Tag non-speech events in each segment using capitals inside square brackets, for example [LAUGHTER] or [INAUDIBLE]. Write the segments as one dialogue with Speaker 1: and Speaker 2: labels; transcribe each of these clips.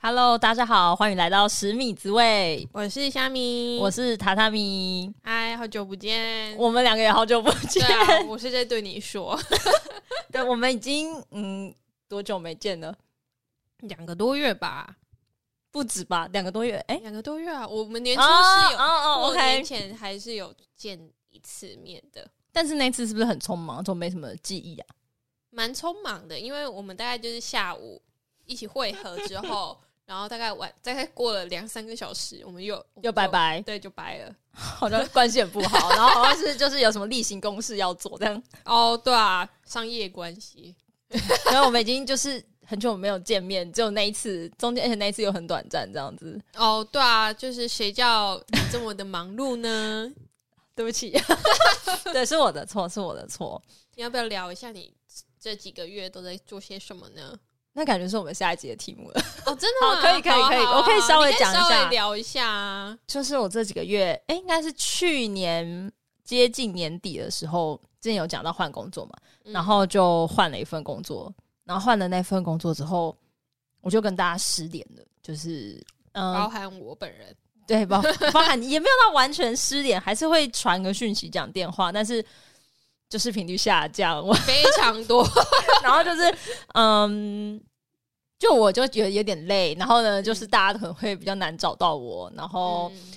Speaker 1: Hello，大家好，欢迎来到十米滋味，
Speaker 2: 我是虾米，
Speaker 1: 我是榻榻米。
Speaker 2: 嗨，好久不见。
Speaker 1: 我们两个也好久不
Speaker 2: 对
Speaker 1: 见，
Speaker 2: 啊，我是在对你说，
Speaker 1: [LAUGHS] 对，我们已经嗯多久没见了？
Speaker 2: 两个多月吧，
Speaker 1: 不止吧，两个多月。哎、
Speaker 2: 两个多月啊。我们年初
Speaker 1: 哦
Speaker 2: 是有，
Speaker 1: 哦哦
Speaker 2: 过年
Speaker 1: ，OK。
Speaker 2: 前还是有见一次面的，
Speaker 1: 但是那次是不是很匆忙，都没什么记忆啊？
Speaker 2: 蛮匆忙的，因为我们大概就是下午一起汇合之
Speaker 1: [LAUGHS]
Speaker 2: 后，然后大概晚大概过了两三个小时，我们又
Speaker 1: 又拜，拜，
Speaker 2: 对，就拜了。
Speaker 1: 好像关系很不 [LAUGHS] 好，然后好像是就是有什么例行公事要做这样。
Speaker 2: 哦，对啊，商业关系，
Speaker 1: 然后我们已经就是很久没有见面，只有那一次，中间而且那一次又很短暂，这样子。
Speaker 2: 哦，对啊，就是谁叫你这么的忙
Speaker 1: [LAUGHS]
Speaker 2: 碌呢？
Speaker 1: 对不起， [LAUGHS] 对，是我的错，是我的错。
Speaker 2: 你要不要聊一下你这几个月都在做些什么呢？
Speaker 1: 那感觉是我们下一集的题目了。
Speaker 2: 哦，真的吗？
Speaker 1: 好可以可以
Speaker 2: [LAUGHS] 好啊
Speaker 1: 可以
Speaker 2: 好啊
Speaker 1: 我可以稍微
Speaker 2: 你可
Speaker 1: 讲一下
Speaker 2: 稍微聊一下啊。
Speaker 1: 就是我这几个月，哎、应该是去年接近年底的时候，之前有讲到换工作嘛，
Speaker 2: 嗯
Speaker 1: 然后就换了一份工作，然后换了那份工作之后，我就跟大家失联了，就是嗯、
Speaker 2: 包含我本人，
Speaker 1: 对，包包含也没有到完全失联，还是会传个讯息、讲电话，但是就是频率下降，
Speaker 2: [LAUGHS]
Speaker 1: 我
Speaker 2: 非
Speaker 1: [LAUGHS]
Speaker 2: 常多。
Speaker 1: 然后就是嗯。就我就觉得有点累，然后呢，就是大家可能会比较难找到我，然后
Speaker 2: 嗯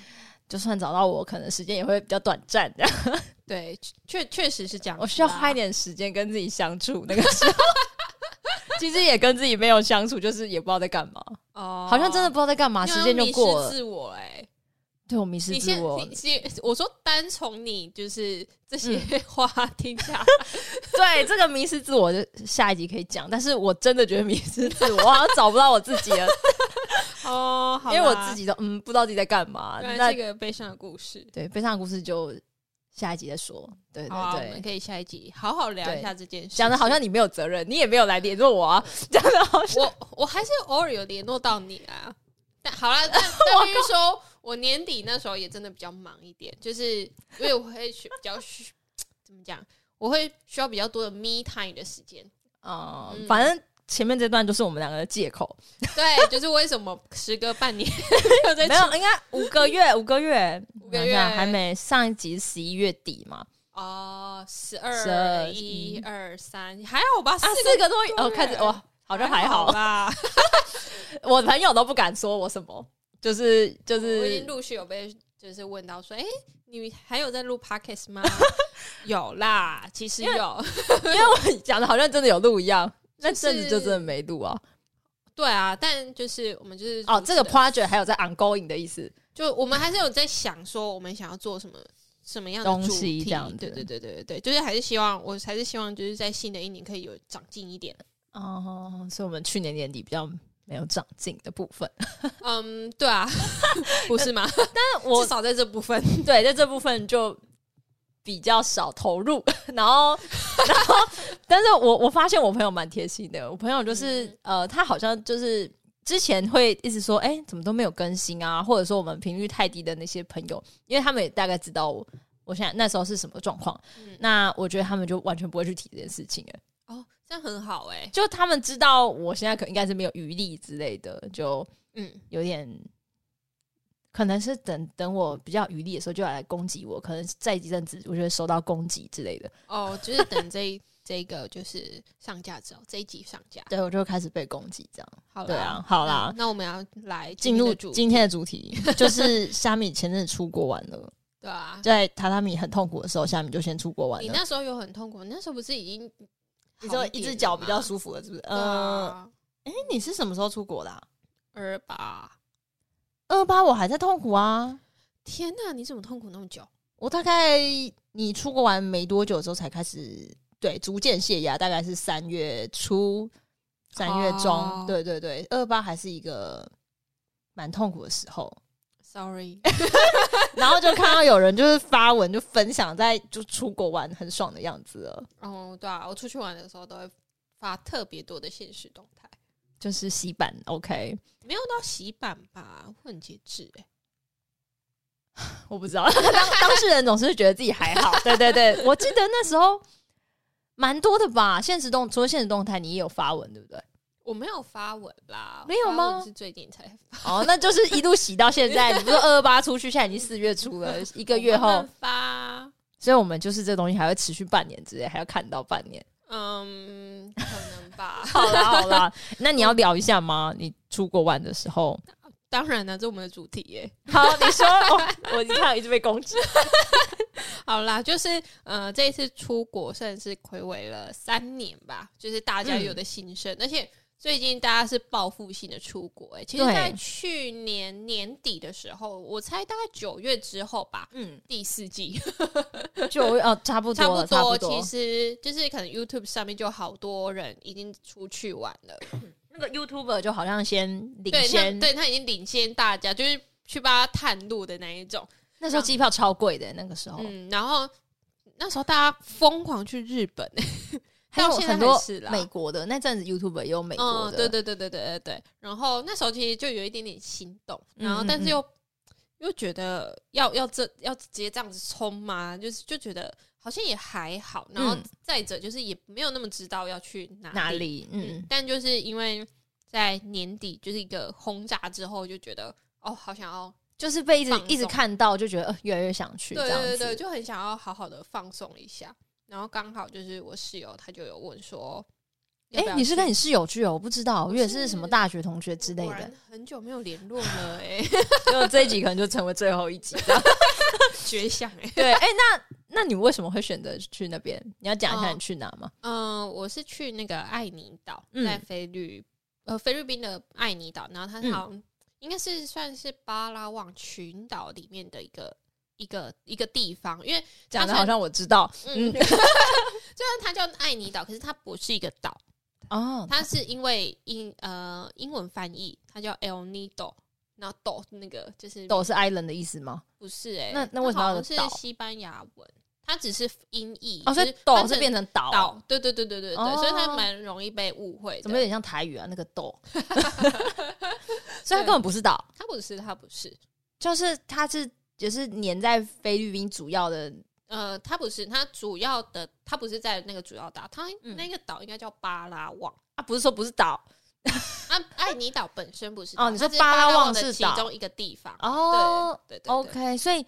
Speaker 1: 就算找到我，可能时间也会比较短暂。这样
Speaker 2: 对，确确实是这样子啊。
Speaker 1: 我需要花一点时间跟自己相处。那个时候，其实也跟自己没有相处，就是也不知道在干嘛，
Speaker 2: 哦，
Speaker 1: 好像真的不知道在干嘛，
Speaker 2: 因
Speaker 1: 时
Speaker 2: 为
Speaker 1: 间就过
Speaker 2: 迷失
Speaker 1: 了。
Speaker 2: 自我哎，
Speaker 1: 对我迷失
Speaker 2: 你
Speaker 1: 自
Speaker 2: 先
Speaker 1: 我，
Speaker 2: 你先，我说单从你就是这些
Speaker 1: 嗯
Speaker 2: [LAUGHS] 话听下
Speaker 1: [LAUGHS]
Speaker 2: 来，
Speaker 1: 对这个迷失自我，就下一集可以讲。但是我真的觉得迷失自
Speaker 2: [LAUGHS]
Speaker 1: 我，我好像找不到我自己了，
Speaker 2: 哦，好
Speaker 1: 因
Speaker 2: 啦
Speaker 1: 为我自己都嗯不知道自己在干嘛。
Speaker 2: 原
Speaker 1: 那
Speaker 2: 来这个悲伤的故事。
Speaker 1: 对悲伤的故事就下一集再说。对
Speaker 2: 好啊，
Speaker 1: 对
Speaker 2: 我
Speaker 1: 对，
Speaker 2: 们可以下一集好好聊
Speaker 1: 对
Speaker 2: 一下这件事情。
Speaker 1: 讲的好像你没有责任，你也没有来联络我啊，讲的好像
Speaker 2: 我我还是偶尔有联络到你啊。但好啦，
Speaker 1: [LAUGHS]
Speaker 2: 但但必须说，我年底那时候也真的比较忙一点，就是因为我会需比较需怎么讲，我会需要比较多的 me time 的时间。
Speaker 1: 嗯
Speaker 2: 嗯
Speaker 1: 反正前面这段就是我们两个的借口。
Speaker 2: 对，就是为什么时隔半年没有在
Speaker 1: 没有，应该五个 [LAUGHS] 月，五个月，
Speaker 2: 五个
Speaker 1: 想
Speaker 2: 月
Speaker 1: 想还没上一集十一月底嘛，
Speaker 2: 哦，十
Speaker 1: 12
Speaker 2: 二一二三，还好吧？四
Speaker 1: 啊，
Speaker 2: 个
Speaker 1: 四个多月，哦，开始哇，好像还好，
Speaker 2: 啦，
Speaker 1: 我朋友都不敢说我什么，就是 [LAUGHS] 就
Speaker 2: 我已经
Speaker 1: 是
Speaker 2: 陆续有被就是问到说，哎、你还有在录
Speaker 1: [LAUGHS]
Speaker 2: podcast 吗？有啦，其实
Speaker 1: 因为
Speaker 2: 有。
Speaker 1: [LAUGHS] 因为我讲的好像真的有录一样，那
Speaker 2: 就是
Speaker 1: 阵子就真的没录啊。
Speaker 2: 对啊，但就是我们就是
Speaker 1: 哦，这个
Speaker 2: 主持人
Speaker 1: project 还有在 ongoing 的意思，
Speaker 2: 就我们还是有在想说，我们想要做什么什么样的
Speaker 1: 东
Speaker 2: 主
Speaker 1: 西
Speaker 2: 题
Speaker 1: 这样子
Speaker 2: 对对对对对对，就是还是希望，我还是希望就是在新的一年可以有长进一
Speaker 1: [LAUGHS]
Speaker 2: 点。
Speaker 1: 哦，所以我们去年年底比较没有长进的部分，
Speaker 2: 嗯，对啊， [LAUGHS] 不
Speaker 1: [LAUGHS]
Speaker 2: 是吗？
Speaker 1: 但
Speaker 2: 至少在这部分，
Speaker 1: 对，在这部分就比较少投入，然后，然后，但是我我发现我朋友蛮贴心的，我朋友就是、呃，他好像就是之前会一直说，哎、怎么都没有更新啊，或者说我们频率太低的那些朋友，因为他们也大概知道我我现在那时候是什么状况，
Speaker 2: 嗯
Speaker 1: 那我觉得他们就完全不会去提这件事情、哎，
Speaker 2: 哦，这样很好哎、
Speaker 1: 就他们知道我现在可能应该是没有余力之类的，就
Speaker 2: 嗯，
Speaker 1: 有点，可能是等等我比较有余力的时候就要来攻击我，可能在一阵子我就会收到攻击之类的，
Speaker 2: 哦，就是等这一 [LAUGHS] 这个就是上架之后，这一集上架，
Speaker 1: 对我就开始被攻击这样。
Speaker 2: 好啦
Speaker 1: 对啊，好啦
Speaker 2: 嗯，那我们要来
Speaker 1: 进
Speaker 2: 今天
Speaker 1: 入
Speaker 2: 的主
Speaker 1: 今天的主题，就是虾米前阵子出国玩了，
Speaker 2: 对啊，
Speaker 1: 在榻榻米很痛苦的时候，虾米就先出国玩
Speaker 2: 你
Speaker 1: 了。
Speaker 2: 那时候有很痛苦，你那时候不是已经
Speaker 1: 你说一只脚比较舒服了，是不是？
Speaker 2: 服
Speaker 1: 嗯，
Speaker 2: 啊
Speaker 1: 哎，你是什么时候出国的啊？
Speaker 2: 二吧？
Speaker 1: 二八我还在痛苦啊，
Speaker 2: 天呐，你怎么痛苦那么久？
Speaker 1: 我大概你出国玩没多久的时候才开始，对，逐渐泄压，大概是三月初、三月中，
Speaker 2: 哦
Speaker 1: 对对对，二八还是一个蛮痛苦的时候。
Speaker 2: [LAUGHS] Sorry，
Speaker 1: 然后就看到有人就是发文就分享在就出国玩很爽的样子了，
Speaker 2: 哦，对啊，我出去玩的时候都会发特别多的现实动态，
Speaker 1: 就是洗版 OK，
Speaker 2: 没有到洗版吧，我很节制哎、
Speaker 1: 我不知道，当当事人总是觉得自己还好。对对对，我记得那时候蛮多的吧，现实动除了现实动态，你也有发文对不对？
Speaker 2: 我没有发文啦，
Speaker 1: 没有吗
Speaker 2: 发文是最近才发，
Speaker 1: 哦，那就是一路洗到现在。你不是二二八出去，现在已经四月初了，一个月
Speaker 2: 我慢
Speaker 1: [LAUGHS] 后
Speaker 2: 慢，发。
Speaker 1: 所以我们就是这东西还会持续半年之类，还要看到半年。
Speaker 2: 嗯，可能吧
Speaker 1: [LAUGHS] 。好啦好啦，那你要聊一下吗？你出国玩的时候，
Speaker 2: 当然了，这是我们的主题耶。
Speaker 1: [LAUGHS] 好，你说， [LAUGHS] 哦、我你看我一直被攻击，
Speaker 2: 好啦，就是呃，这一次出国算是暌违了三年吧，就是大家有的心声，而且最近大家是报复性的出国、哎，其实，
Speaker 1: 嗯对
Speaker 2: 在去年年底的时候，我猜大概九月之后吧，
Speaker 1: [LAUGHS] 嗯，
Speaker 2: 第四季
Speaker 1: 就哦，差不
Speaker 2: [LAUGHS] 差
Speaker 1: 多了，
Speaker 2: 不
Speaker 1: 差不
Speaker 2: 多，
Speaker 1: 多
Speaker 2: 其。实就是可能 YouTube 上面就好多人已经出去玩了，
Speaker 1: 那个 YouTuber 就好像先领
Speaker 2: 对，
Speaker 1: 先，
Speaker 2: 他对他已经领先大家，就是去帮他探路的那一种。
Speaker 1: 那时候机票超贵的，那个时候，
Speaker 2: 嗯，然后那时候大家疯狂去日本，
Speaker 1: 还哦有
Speaker 2: 到现在
Speaker 1: 很多
Speaker 2: 还是啦
Speaker 1: 美国的那阵子 YouTuber 也有美国
Speaker 2: 嗯，
Speaker 1: 的，
Speaker 2: 对对对对对对对。然后那时候其实就有一点点心动，然后
Speaker 1: 嗯嗯
Speaker 2: 但是
Speaker 1: 嗯
Speaker 2: 又、又觉得要要这要直接这样子冲嘛，就是就觉得好像也还好。然后
Speaker 1: 嗯
Speaker 2: 再者就是也没有那么知道要去哪
Speaker 1: 哪
Speaker 2: 里
Speaker 1: 里？
Speaker 2: 嗯
Speaker 1: 嗯，，
Speaker 2: 但就是因为在年底就是一个轰炸之后，就觉得哦，好想要，
Speaker 1: 就是被一直
Speaker 2: 放松
Speaker 1: 一直看到，就觉得、呃、越来越想去，
Speaker 2: 对
Speaker 1: 这样
Speaker 2: 对
Speaker 1: 子。
Speaker 2: 对，就很想要好好的放松一下。然后刚好就是我室友，他就有问说，
Speaker 1: 哎、你是跟
Speaker 2: 你
Speaker 1: 你室友去哦？我不知道，我以为是什么大学同学之类
Speaker 2: 果
Speaker 1: 的
Speaker 2: 然。很久没有联络
Speaker 1: [LAUGHS]
Speaker 2: 了、欸，哎，
Speaker 1: 就这一集可能就成为最后一集。这样
Speaker 2: 绝响哎、
Speaker 1: [LAUGHS] 对，哎、那那你为什么会选择去那边？你要讲一下
Speaker 2: 哦
Speaker 1: 你去哪吗？
Speaker 2: 嗯、我是去那个爱尼岛，
Speaker 1: 嗯
Speaker 2: 在菲律、呃菲律宾的爱尼岛，然后它
Speaker 1: 嗯
Speaker 2: 好像、应该是算是巴拉望群岛里面的一个一个一个地方，因为
Speaker 1: 讲的
Speaker 2: 它
Speaker 1: 好像我知道。
Speaker 2: 嗯，
Speaker 1: 嗯
Speaker 2: [LAUGHS] 虽然它叫爱尼岛，可是它不是一个岛，
Speaker 1: 哦，
Speaker 2: 它是因为英呃英文翻译，它叫 El Nido，然后岛那个就是
Speaker 1: 斗是 island 的意思吗？
Speaker 2: 不是哎、欸，
Speaker 1: 那那为什么要
Speaker 2: 它好
Speaker 1: 有
Speaker 2: 像
Speaker 1: 岛
Speaker 2: 是西班牙文？它只是音译，
Speaker 1: 哦，所以
Speaker 2: 就是
Speaker 1: 斗
Speaker 2: 翻
Speaker 1: 是
Speaker 2: 成
Speaker 1: 变成岛，
Speaker 2: 岛，对对对对对对，
Speaker 1: 哦
Speaker 2: 所以它蛮容易被误会
Speaker 1: 怎么有
Speaker 2: 的。
Speaker 1: 点像台语啊？那个 [LAUGHS] 斗，所以它根本不是岛，
Speaker 2: 它不是，它不是，
Speaker 1: 就是它是也是粘在菲律宾主要的
Speaker 2: 呃，它不是，它主要的，它不是在那个主要岛，它
Speaker 1: 嗯
Speaker 2: 那个岛应该叫巴拉望。
Speaker 1: 啊，不是说不是岛
Speaker 2: 啊，爱尼岛本身不是
Speaker 1: 嗯哦
Speaker 2: 岛
Speaker 1: 你
Speaker 2: 它
Speaker 1: 说
Speaker 2: 是
Speaker 1: 巴拉
Speaker 2: 拉
Speaker 1: 望
Speaker 2: 的
Speaker 1: 是
Speaker 2: 其
Speaker 1: 岛
Speaker 2: 中一个地方。
Speaker 1: 哦。
Speaker 2: 对对对
Speaker 1: OK，所以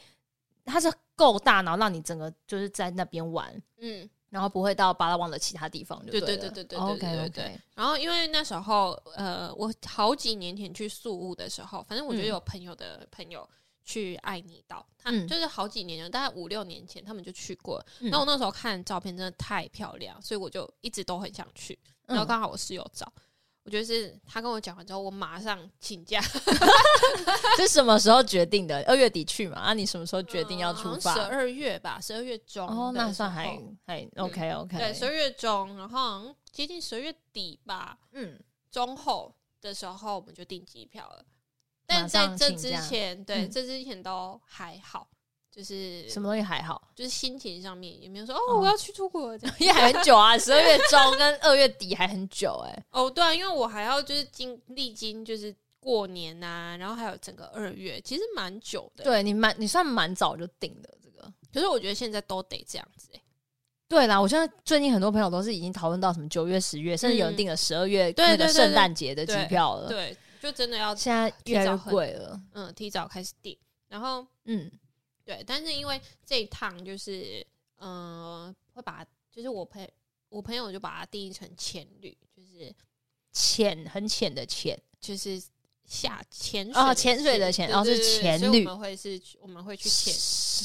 Speaker 1: 它是够大，然后让你整个就是在那边玩，
Speaker 2: 嗯，
Speaker 1: 然后不会到巴拉望的其他地方就
Speaker 2: 对
Speaker 1: 对
Speaker 2: 对对对对对
Speaker 1: OK
Speaker 2: 对
Speaker 1: OK，
Speaker 2: 对然后因为那时候，呃，我好几年前去宿务的时候，反正我就
Speaker 1: 嗯
Speaker 2: 有朋友的朋友去爱尼岛，他
Speaker 1: 嗯
Speaker 2: 就是好几年前，大概五六年前他们就去过。
Speaker 1: 嗯
Speaker 2: 那、我那时候看照片真的太漂亮，所以我就一直都很想去。然后
Speaker 1: 嗯
Speaker 2: 刚好我室友找，我觉得是他跟我讲完之后，我马上请假，
Speaker 1: 这什么时候决定的？二月底去嘛？啊，你什么时候决定要出发
Speaker 2: 嗯十？二月吧，十二月中的时候。嗯
Speaker 1: 哦，那算还还 OK OK，
Speaker 2: 对，十二月中，然后好像接近十二月底吧，
Speaker 1: 嗯，
Speaker 2: 中后的时候我们就订机票了，
Speaker 1: 马
Speaker 2: 但在
Speaker 1: 上
Speaker 2: 这
Speaker 1: 请
Speaker 2: 之
Speaker 1: 假
Speaker 2: 前，对、
Speaker 1: 嗯
Speaker 2: 这之前都还好，就是
Speaker 1: 什么东西还好？ [LAUGHS]
Speaker 2: 就是心情上面也没有说
Speaker 1: 哦
Speaker 2: 哦，我要去出国这样。
Speaker 1: 也还很久啊，十二月中跟二月底还很久哎、
Speaker 2: 哦，对啊，因为我还要就是经历经就是过年呐、然后还有整个二月，其实蛮久的。，
Speaker 1: 对你蛮你算蛮早就定的这个。
Speaker 2: 可是我觉得现在都得这样子、欸。
Speaker 1: 对啦，我现在最近很多朋友都是已经讨论到什么九月、十月，甚至有人订了十二月
Speaker 2: 嗯对
Speaker 1: 那
Speaker 2: 对
Speaker 1: 个
Speaker 2: 对
Speaker 1: 圣诞节的机
Speaker 2: 对
Speaker 1: 票了。
Speaker 2: 对，就真的要
Speaker 1: 现在越来越贵了。
Speaker 2: 嗯提早开始订，然后
Speaker 1: 嗯，
Speaker 2: 对，但是因为这一趟就是，嗯，会把就是我朋我朋友就把它定义成浅旅，就是
Speaker 1: 浅很浅的浅，
Speaker 2: 就是下潜水
Speaker 1: 哦
Speaker 2: 的
Speaker 1: 潜水的潜
Speaker 2: 对
Speaker 1: 哦
Speaker 2: 对
Speaker 1: 是
Speaker 2: 对对
Speaker 1: 潜
Speaker 2: 所以
Speaker 1: 旅
Speaker 2: 我们会是我们会去潜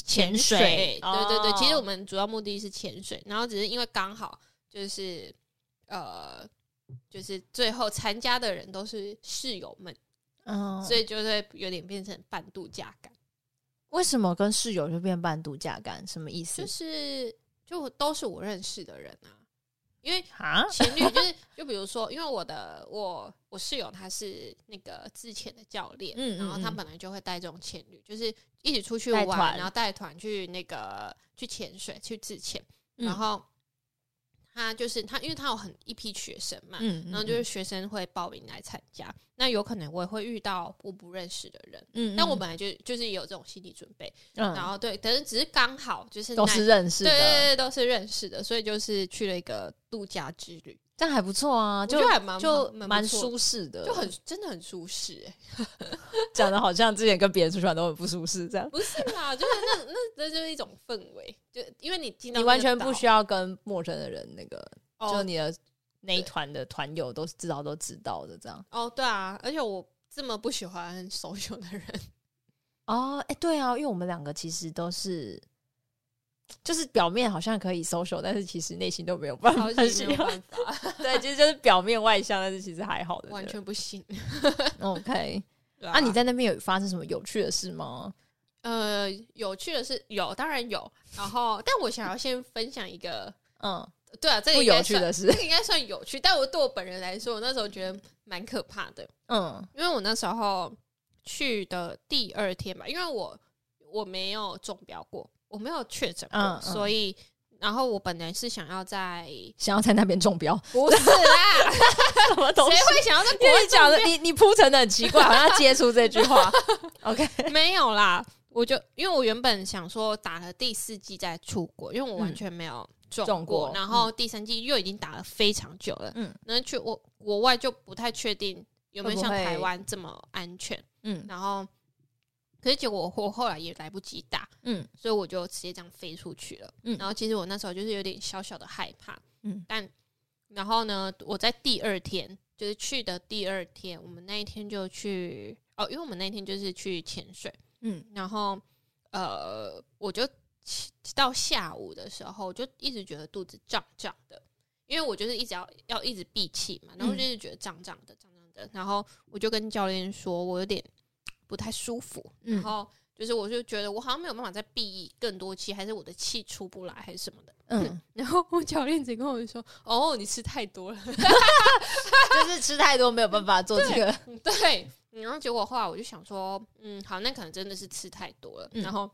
Speaker 1: 潜
Speaker 2: 水，对对对，
Speaker 1: 哦
Speaker 2: 其实我们主要目的是潜水，然后只是因为刚好就是呃。就是最后参加的人都是室友们，
Speaker 1: 嗯，
Speaker 2: 所以就会有点变成半度假感，
Speaker 1: 为什么跟室友就变半度假感？什么意思
Speaker 2: 就是就都是我认识的人啊，因
Speaker 1: [LAUGHS]
Speaker 2: 为
Speaker 1: 啊？
Speaker 2: 前女就是，就比如说，因为我的我我室友他是那个之前的教练，
Speaker 1: 嗯嗯
Speaker 2: 然后他本来就会带这种潜旅，就是一起出去
Speaker 1: 带团
Speaker 2: 玩，然后带团去那个去潜水去自潜，
Speaker 1: 嗯
Speaker 2: 然后他就是他，因为他有很一批学生嘛，
Speaker 1: 嗯，
Speaker 2: 然后就是学生会报名来参加，那有可能我也会遇到我不认识的人，
Speaker 1: 嗯，嗯
Speaker 2: 但我本来就就是也有这种心理准备，然
Speaker 1: 嗯
Speaker 2: 后对，但是只是刚好就是
Speaker 1: 都
Speaker 2: 那
Speaker 1: 是认识
Speaker 2: 对对
Speaker 1: 的，
Speaker 2: 对，都是认识的，所以就是去了一个度假之旅。
Speaker 1: 这样还不错啊，
Speaker 2: 我
Speaker 1: 就
Speaker 2: 觉得还蛮
Speaker 1: 就
Speaker 2: 蛮
Speaker 1: 蛮
Speaker 2: 不错
Speaker 1: 舒适的，
Speaker 2: 就很真的很舒适、欸，
Speaker 1: 讲的好像之前跟别人出去玩都很不舒适这样。
Speaker 2: 不是啦，就是那那那就是一种氛围，就因为你进到
Speaker 1: 你
Speaker 2: [LAUGHS] 那个
Speaker 1: 完全不需
Speaker 2: 岛
Speaker 1: 要跟陌生的人那个，就
Speaker 2: 哦
Speaker 1: 你的那一团的团友都至少都知道的这样。
Speaker 2: 哦，对啊，而且我这么不喜欢 social
Speaker 1: [LAUGHS]
Speaker 2: 的人，
Speaker 1: 哦，哎、对啊，因为我们两个其实都是，就是表面好像可以 social，但是其实内心都没有办
Speaker 2: 超
Speaker 1: 法
Speaker 2: 级哦没
Speaker 1: 喜
Speaker 2: 有
Speaker 1: 欢。
Speaker 2: 办法， [LAUGHS]
Speaker 1: 对，其实就是表面外向，但是其实还好的。
Speaker 2: 完全
Speaker 1: [LAUGHS]
Speaker 2: 不行。
Speaker 1: OK。
Speaker 2: 对
Speaker 1: 啊，你在那边有发生什么有趣的事吗？
Speaker 2: 呃有趣的是有，当然有，然后但我想要先分享一个，
Speaker 1: 嗯，
Speaker 2: 对啊，这
Speaker 1: 不
Speaker 2: 个应该
Speaker 1: 有趣
Speaker 2: 算
Speaker 1: 的事
Speaker 2: 这个应该算有趣，但我对我本人来说，我那时候觉得蛮可怕的，
Speaker 1: 嗯
Speaker 2: 因为我那时候去的第二天吧，因为我我没有中标过，我没有确诊过，
Speaker 1: 嗯嗯
Speaker 2: 所以然后我本来是想要在
Speaker 1: 想要在那边中标，
Speaker 2: [LAUGHS] 不
Speaker 1: [LAUGHS]
Speaker 2: 是啦，
Speaker 1: 什么
Speaker 2: 谁
Speaker 1: 东西？
Speaker 2: 会想要在
Speaker 1: 你
Speaker 2: 国外
Speaker 1: 讲
Speaker 2: 讲
Speaker 1: 的
Speaker 2: 的，
Speaker 1: 你你铺陈的很奇怪，好像接触这句
Speaker 2: [LAUGHS]
Speaker 1: 话。OK，
Speaker 2: 没有啦，我就因为我原本想说打了第四季再出国，因为我完全没有中
Speaker 1: 中过
Speaker 2: 然后第三季又已经打了非常久了，
Speaker 1: 嗯
Speaker 2: 那去我国外就不太确定有没有像
Speaker 1: 会不会
Speaker 2: 台湾这么安全，
Speaker 1: 嗯
Speaker 2: 然后可是结果我我后来也来不及打，
Speaker 1: 嗯
Speaker 2: 所以我就直接这样飞出去了。
Speaker 1: 嗯
Speaker 2: 然后其实我那时候就是有点小小的害怕，
Speaker 1: 嗯
Speaker 2: 但然后呢，我在第二天，就是去的第二天，我们那一天就去哦，因为我们那一天就是去潜水，
Speaker 1: 嗯
Speaker 2: 然后呃，我就起到下午的时候，我就一直觉得肚子胀胀的，因为我就是一直要要一直闭气嘛，然后
Speaker 1: 嗯
Speaker 2: 就一直觉得胀胀的胀胀的，然后我就跟教练说我有点不太舒服，然
Speaker 1: 嗯
Speaker 2: 后就是我就觉得我好像没有办法再闭更多气，还是我的气出不来，还是什么的。
Speaker 1: 嗯，
Speaker 2: 然后我教练只跟我说：“哦，你吃太多了。
Speaker 1: 就是吃太多没有办法做这个。”
Speaker 2: 对，然后结果后来我就想说：“嗯，好，那可能真的是吃太多了。
Speaker 1: 嗯
Speaker 2: 然后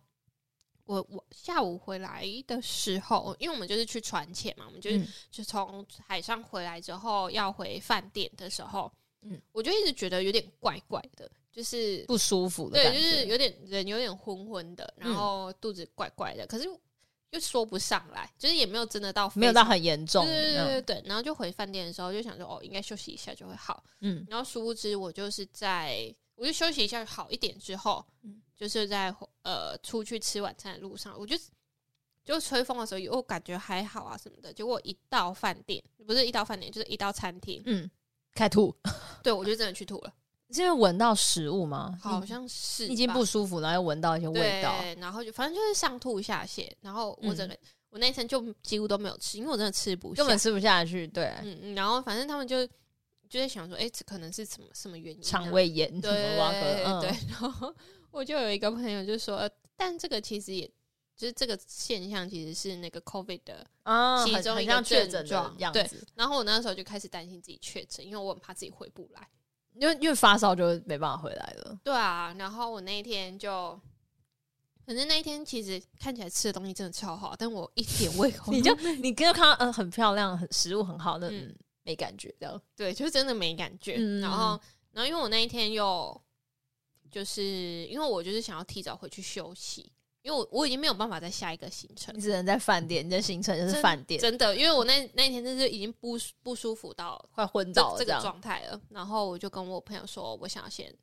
Speaker 2: 我我下午回来的时候，因为我们就是去船潜嘛，我们就是、
Speaker 1: 嗯
Speaker 2: 就从海上回来之后要回饭店的时候，
Speaker 1: 嗯
Speaker 2: 嗯，我就一直觉得有点怪怪的，就是
Speaker 1: 不舒服的
Speaker 2: 对，
Speaker 1: 感
Speaker 2: 就
Speaker 1: 觉，
Speaker 2: 是有点人有点昏昏的，然
Speaker 1: 嗯
Speaker 2: 后肚子怪怪的，可是又说不上来，就是也没有真的到非
Speaker 1: 没有到
Speaker 2: 常
Speaker 1: 很严重。
Speaker 2: 对对对
Speaker 1: 嗯
Speaker 2: 对对，然后就回饭店的时候就想说哦，应该休息一下就会好，
Speaker 1: 嗯
Speaker 2: 然后殊不知我就是在我就休息一下好一点之后，
Speaker 1: 嗯
Speaker 2: 就是在呃出去吃晚餐的路上，我就就吹风的时候又感觉还好啊什么的，结果一到饭店不是一到饭店就是一到餐厅，
Speaker 1: 嗯，开吐，
Speaker 2: 对我就真的去吐了，
Speaker 1: [LAUGHS] 是因为闻到食物吗？
Speaker 2: 好
Speaker 1: 你
Speaker 2: 像是
Speaker 1: 已经
Speaker 2: 吧
Speaker 1: 不舒服，然后又闻到一些味道。嗯
Speaker 2: 对，然后就反正就是上吐下泻，然后我整个、我那一餐就几乎都没有吃，因为我真的吃不下
Speaker 1: 根。本吃不下去，对，
Speaker 2: 嗯，嗯然后反正他们就就在想说，哎、这可能是什么什么原因、
Speaker 1: 肠。胃炎什
Speaker 2: 对
Speaker 1: 么挖
Speaker 2: 对
Speaker 1: 嗯，
Speaker 2: 对，然后我就有一个朋友就说，呃但这个其实也就是这个现象其实是那个 COVID 的，
Speaker 1: 啊，
Speaker 2: 其
Speaker 1: 很
Speaker 2: 中
Speaker 1: 很
Speaker 2: 一个
Speaker 1: 像确
Speaker 2: 症
Speaker 1: 诊的
Speaker 2: 状
Speaker 1: 样
Speaker 2: 对
Speaker 1: 子，
Speaker 2: 然后我那时候就开始担心自己确诊，因为我很怕自己回不来。
Speaker 1: 因为因为发烧就没办法回来了。
Speaker 2: 对啊，然后我那一天就，反正那一天其实看起来吃的东西真的超好，但我一点胃口都
Speaker 1: 你就你就看到嗯很漂亮，很食物很好，那
Speaker 2: 嗯
Speaker 1: 嗯没感觉这样。
Speaker 2: 对，就真的没感觉。
Speaker 1: 嗯
Speaker 2: 然后，然后因为我那一天又就是因为我就是想要提早回去休息，因为我我已经没有办法再下一个行程
Speaker 1: 你，只能在饭店，你的行程就是
Speaker 2: 真
Speaker 1: 饭店，
Speaker 2: 真的，因为我那那一天真是已经不舒不舒服到
Speaker 1: 快昏
Speaker 2: 这
Speaker 1: 倒了
Speaker 2: 这
Speaker 1: 这
Speaker 2: 个
Speaker 1: 样。
Speaker 2: 状态了。然后我就跟我朋友说，我想要先。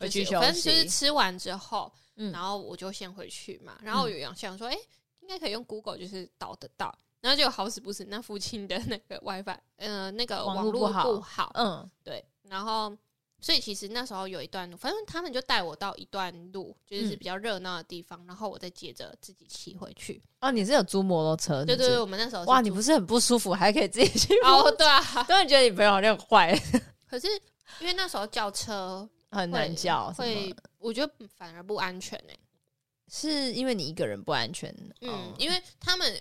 Speaker 1: 回
Speaker 2: 就是
Speaker 1: 去休
Speaker 2: 反正就是
Speaker 1: 息
Speaker 2: 吃完之后，
Speaker 1: 嗯
Speaker 2: 然后我就先回去嘛。然后我有想说，哎、应该可以用 Google 就是导得到。然后就好死不死，那附近的那个 WiFi，呃，那个
Speaker 1: 网
Speaker 2: 网
Speaker 1: 络不
Speaker 2: 络
Speaker 1: 好
Speaker 2: 不好，
Speaker 1: 嗯
Speaker 2: 对，然后所以其实那时候有一段路，反正他们就带我到一段路，就是
Speaker 1: 嗯
Speaker 2: 比较热闹的地方，然后我再接着自己骑回去。
Speaker 1: 哦，你是有租摩托车？
Speaker 2: 对
Speaker 1: 是不
Speaker 2: 对
Speaker 1: 是
Speaker 2: 对，我们那时候
Speaker 1: 哇，你不
Speaker 2: 是
Speaker 1: 是很不舒服，还可以自己去
Speaker 2: 住
Speaker 1: 摸？
Speaker 2: 哦，对啊。
Speaker 1: [LAUGHS] 突然觉得你朋友好像很坏，
Speaker 2: 可是因为那时候叫车
Speaker 1: 很难
Speaker 2: 会
Speaker 1: 叫。什么
Speaker 2: 会，我觉得反而不安全哎、
Speaker 1: 是因为你一个人不安全，
Speaker 2: 嗯
Speaker 1: 哦，
Speaker 2: 因为他们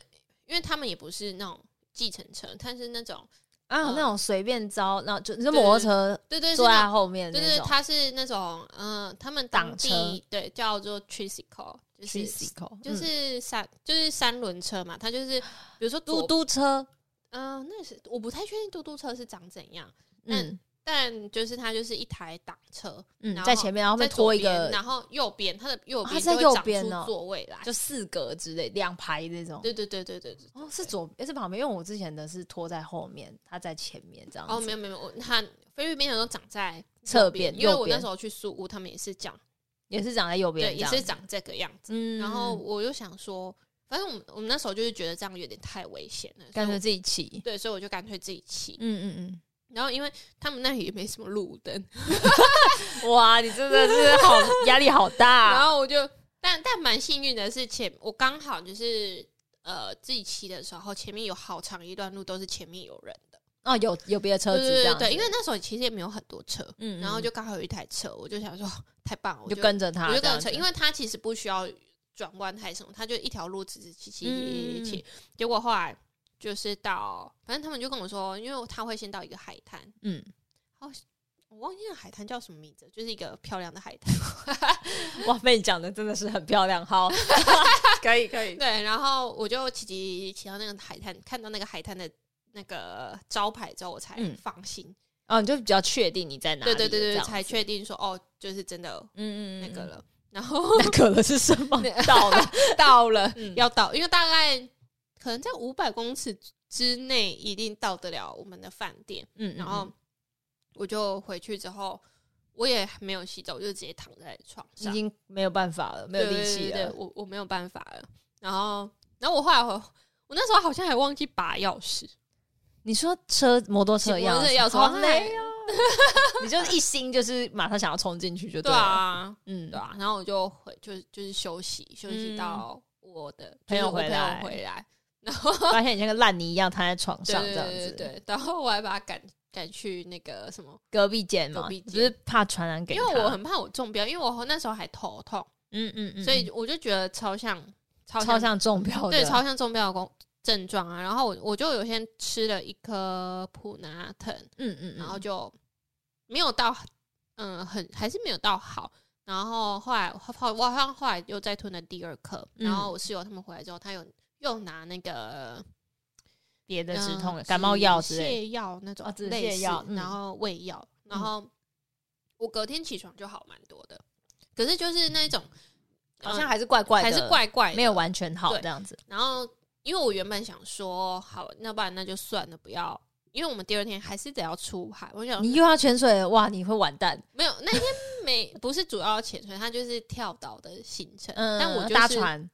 Speaker 2: 因为他们也不是那种计程车，他是那种
Speaker 1: 啊，
Speaker 2: 嗯
Speaker 1: 那种随便招，然后就你说摩托车
Speaker 2: 对对是
Speaker 1: 坐
Speaker 2: 那
Speaker 1: 在
Speaker 2: 种。
Speaker 1: 后面
Speaker 2: 对
Speaker 1: 那
Speaker 2: 对，
Speaker 1: 种
Speaker 2: 他是那种，嗯、他们当
Speaker 1: 挡车
Speaker 2: 地对叫做 tricycle，就是
Speaker 1: ，tricycle，
Speaker 2: 就
Speaker 1: 嗯
Speaker 2: 是三、就是三轮车嘛，它就是比如说呃
Speaker 1: 嘟
Speaker 2: 嘟，
Speaker 1: 嘟车，
Speaker 2: 嗯、那是我不太确定嘟嘟车是长怎样，
Speaker 1: 嗯，
Speaker 2: 但就是它就是一台挡车，
Speaker 1: 嗯
Speaker 2: 然，后
Speaker 1: 在前面，然后
Speaker 2: 在
Speaker 1: 会
Speaker 2: 左
Speaker 1: 拖一
Speaker 2: 边
Speaker 1: 个，
Speaker 2: 然后右边它的右
Speaker 1: 哦
Speaker 2: 边
Speaker 1: 它在
Speaker 2: 就会
Speaker 1: 右
Speaker 2: 长
Speaker 1: 边
Speaker 2: 出
Speaker 1: 哦
Speaker 2: 座位来，
Speaker 1: 就四格之类，两排这种。
Speaker 2: 对对对对对对。
Speaker 1: 哦，是左诶是旁边，因为我之前的是拖在后面，它在前面这样子。
Speaker 2: 哦，没有没有，没有我它菲律宾人都长在
Speaker 1: 侧
Speaker 2: 右
Speaker 1: 边，
Speaker 2: 因为
Speaker 1: 右
Speaker 2: 我那
Speaker 1: 边
Speaker 2: 时候去宿屋，他们也是长，
Speaker 1: 也是长在右边这
Speaker 2: 对，也
Speaker 1: 样，
Speaker 2: 是长这个样子。
Speaker 1: 嗯
Speaker 2: 然后我就想说，反正我们我们那时候就是觉得这样有点太危险了，所
Speaker 1: 干
Speaker 2: 以
Speaker 1: 脆
Speaker 2: 我
Speaker 1: 自己骑。
Speaker 2: 对，所以我就干脆自己骑。
Speaker 1: 嗯嗯
Speaker 2: 然后因为他们那里也没什么路灯，
Speaker 1: 嗯，哇，你真的是好压力好
Speaker 2: 然 [LAUGHS]
Speaker 1: 大。
Speaker 2: 后我就，但但蛮幸运的是前，我刚好就是呃自己骑的时候，前面有好长一段路都是前面有人的，
Speaker 1: 哦，有有别的车
Speaker 2: 对
Speaker 1: 子这
Speaker 2: 对
Speaker 1: 样
Speaker 2: 对
Speaker 1: 子，
Speaker 2: 对，因为那时候其实也没有很多车，
Speaker 1: 嗯
Speaker 2: 然后
Speaker 1: 嗯
Speaker 2: 就刚好有一台车，我就想说 [LAUGHS] 太棒了，我
Speaker 1: 你就跟着他
Speaker 2: 我
Speaker 1: 这
Speaker 2: 就跟
Speaker 1: 样
Speaker 2: 着
Speaker 1: 子，
Speaker 2: 车，因为它其实不需要转弯还是什么，它就一条路直直骑骑骑骑骑，
Speaker 1: 嗯
Speaker 2: 结果后来就是到，反正他们就跟我说，因为他会先到一个海滩，
Speaker 1: 嗯， [LAUGHS]
Speaker 2: 我忘记了海滩叫什么名字，就是一个漂亮的海滩。
Speaker 1: 哇，被你讲的真的是很漂亮，好， [LAUGHS] 可以可以，
Speaker 2: 对，然后我就骑骑骑到那个海滩，看到那个海滩的那个招牌之后，我才
Speaker 1: 嗯
Speaker 2: 放心。
Speaker 1: 哦，你就比较确定你在哪里
Speaker 2: 对
Speaker 1: 了，
Speaker 2: 对对
Speaker 1: 这
Speaker 2: 对，
Speaker 1: 样嗯
Speaker 2: 才确定说哦，就是真的
Speaker 1: 嗯嗯嗯
Speaker 2: 那个
Speaker 1: 嗯
Speaker 2: 了。然后
Speaker 1: [LAUGHS] 那个了是什
Speaker 2: [LAUGHS]
Speaker 1: 么？
Speaker 2: 到了，到了，
Speaker 1: 嗯
Speaker 2: 要到，因为大概可能在五百公尺之内，一定到得了我们的饭店。
Speaker 1: 嗯，
Speaker 2: 然后我就回去之后，我也没有洗澡，我就直接躺在床
Speaker 1: 已
Speaker 2: 上，
Speaker 1: 经没有办法了，没有
Speaker 2: 对
Speaker 1: 力气
Speaker 2: 对对对
Speaker 1: 了。
Speaker 2: 我我没有办法了。然后，然后我后来我我那时候好像还忘记拔钥匙，
Speaker 1: 你说车摩托车
Speaker 2: 骑摩
Speaker 1: 钥
Speaker 2: 托车
Speaker 1: 匙，
Speaker 2: 钥匙
Speaker 1: 好
Speaker 2: 好
Speaker 1: 累
Speaker 2: 累
Speaker 1: 哦。 [LAUGHS] 你就一心就是马上想要冲进去就
Speaker 2: 对
Speaker 1: 了，
Speaker 2: 啊，
Speaker 1: 嗯， [LAUGHS]
Speaker 2: 对啊。然后我就回，就是就是休息，休息到我的、就是
Speaker 1: 朋友
Speaker 2: 我
Speaker 1: 回来
Speaker 2: 回来，
Speaker 1: 发现你像个烂泥一样躺在床
Speaker 2: 对
Speaker 1: 上
Speaker 2: 对
Speaker 1: 这样
Speaker 2: 对对
Speaker 1: 子，
Speaker 2: 对。然后我还把他赶赶去那个什么，
Speaker 1: 隔壁间嘛，
Speaker 2: 隔壁
Speaker 1: 只
Speaker 2: 间
Speaker 1: 是怕传染给
Speaker 2: 因
Speaker 1: 他，
Speaker 2: 为我很怕我中标，因为我那时候还头痛，
Speaker 1: 嗯嗯嗯，
Speaker 2: 所以我就觉得超像超
Speaker 1: 超
Speaker 2: 像
Speaker 1: 像哦中标的，
Speaker 2: 对超像中标的工症状啊。然后我我就有先吃了一颗普拿疼，
Speaker 1: 嗯嗯，嗯
Speaker 2: 然后就没有到嗯很还是没有到好。然后后来后我好像后来又再吞了第二颗，
Speaker 1: 嗯
Speaker 2: 然后我室友他们回来之后，他有又拿那个
Speaker 1: 别的止
Speaker 2: 嗯
Speaker 1: 痛感冒药之类的，
Speaker 2: 泻药那种
Speaker 1: 哦止
Speaker 2: 类
Speaker 1: 泻
Speaker 2: 似
Speaker 1: 药嗯
Speaker 2: 然后胃药，然后我隔天起床就好蛮多的。可是就是那种呃
Speaker 1: 好像还是怪怪的，
Speaker 2: 还是怪怪的，
Speaker 1: 没有完全好
Speaker 2: 对
Speaker 1: 这样子，
Speaker 2: 然后因为我原本想说，好，那不然那就算了，不要，因为我们第二天还是得要出海。我想
Speaker 1: 你又要潜水了，哇，你会完蛋，
Speaker 2: 没有那天没不是主要潜水，它就是跳岛的行程。
Speaker 1: 嗯，
Speaker 2: 但我就是
Speaker 1: 搭船，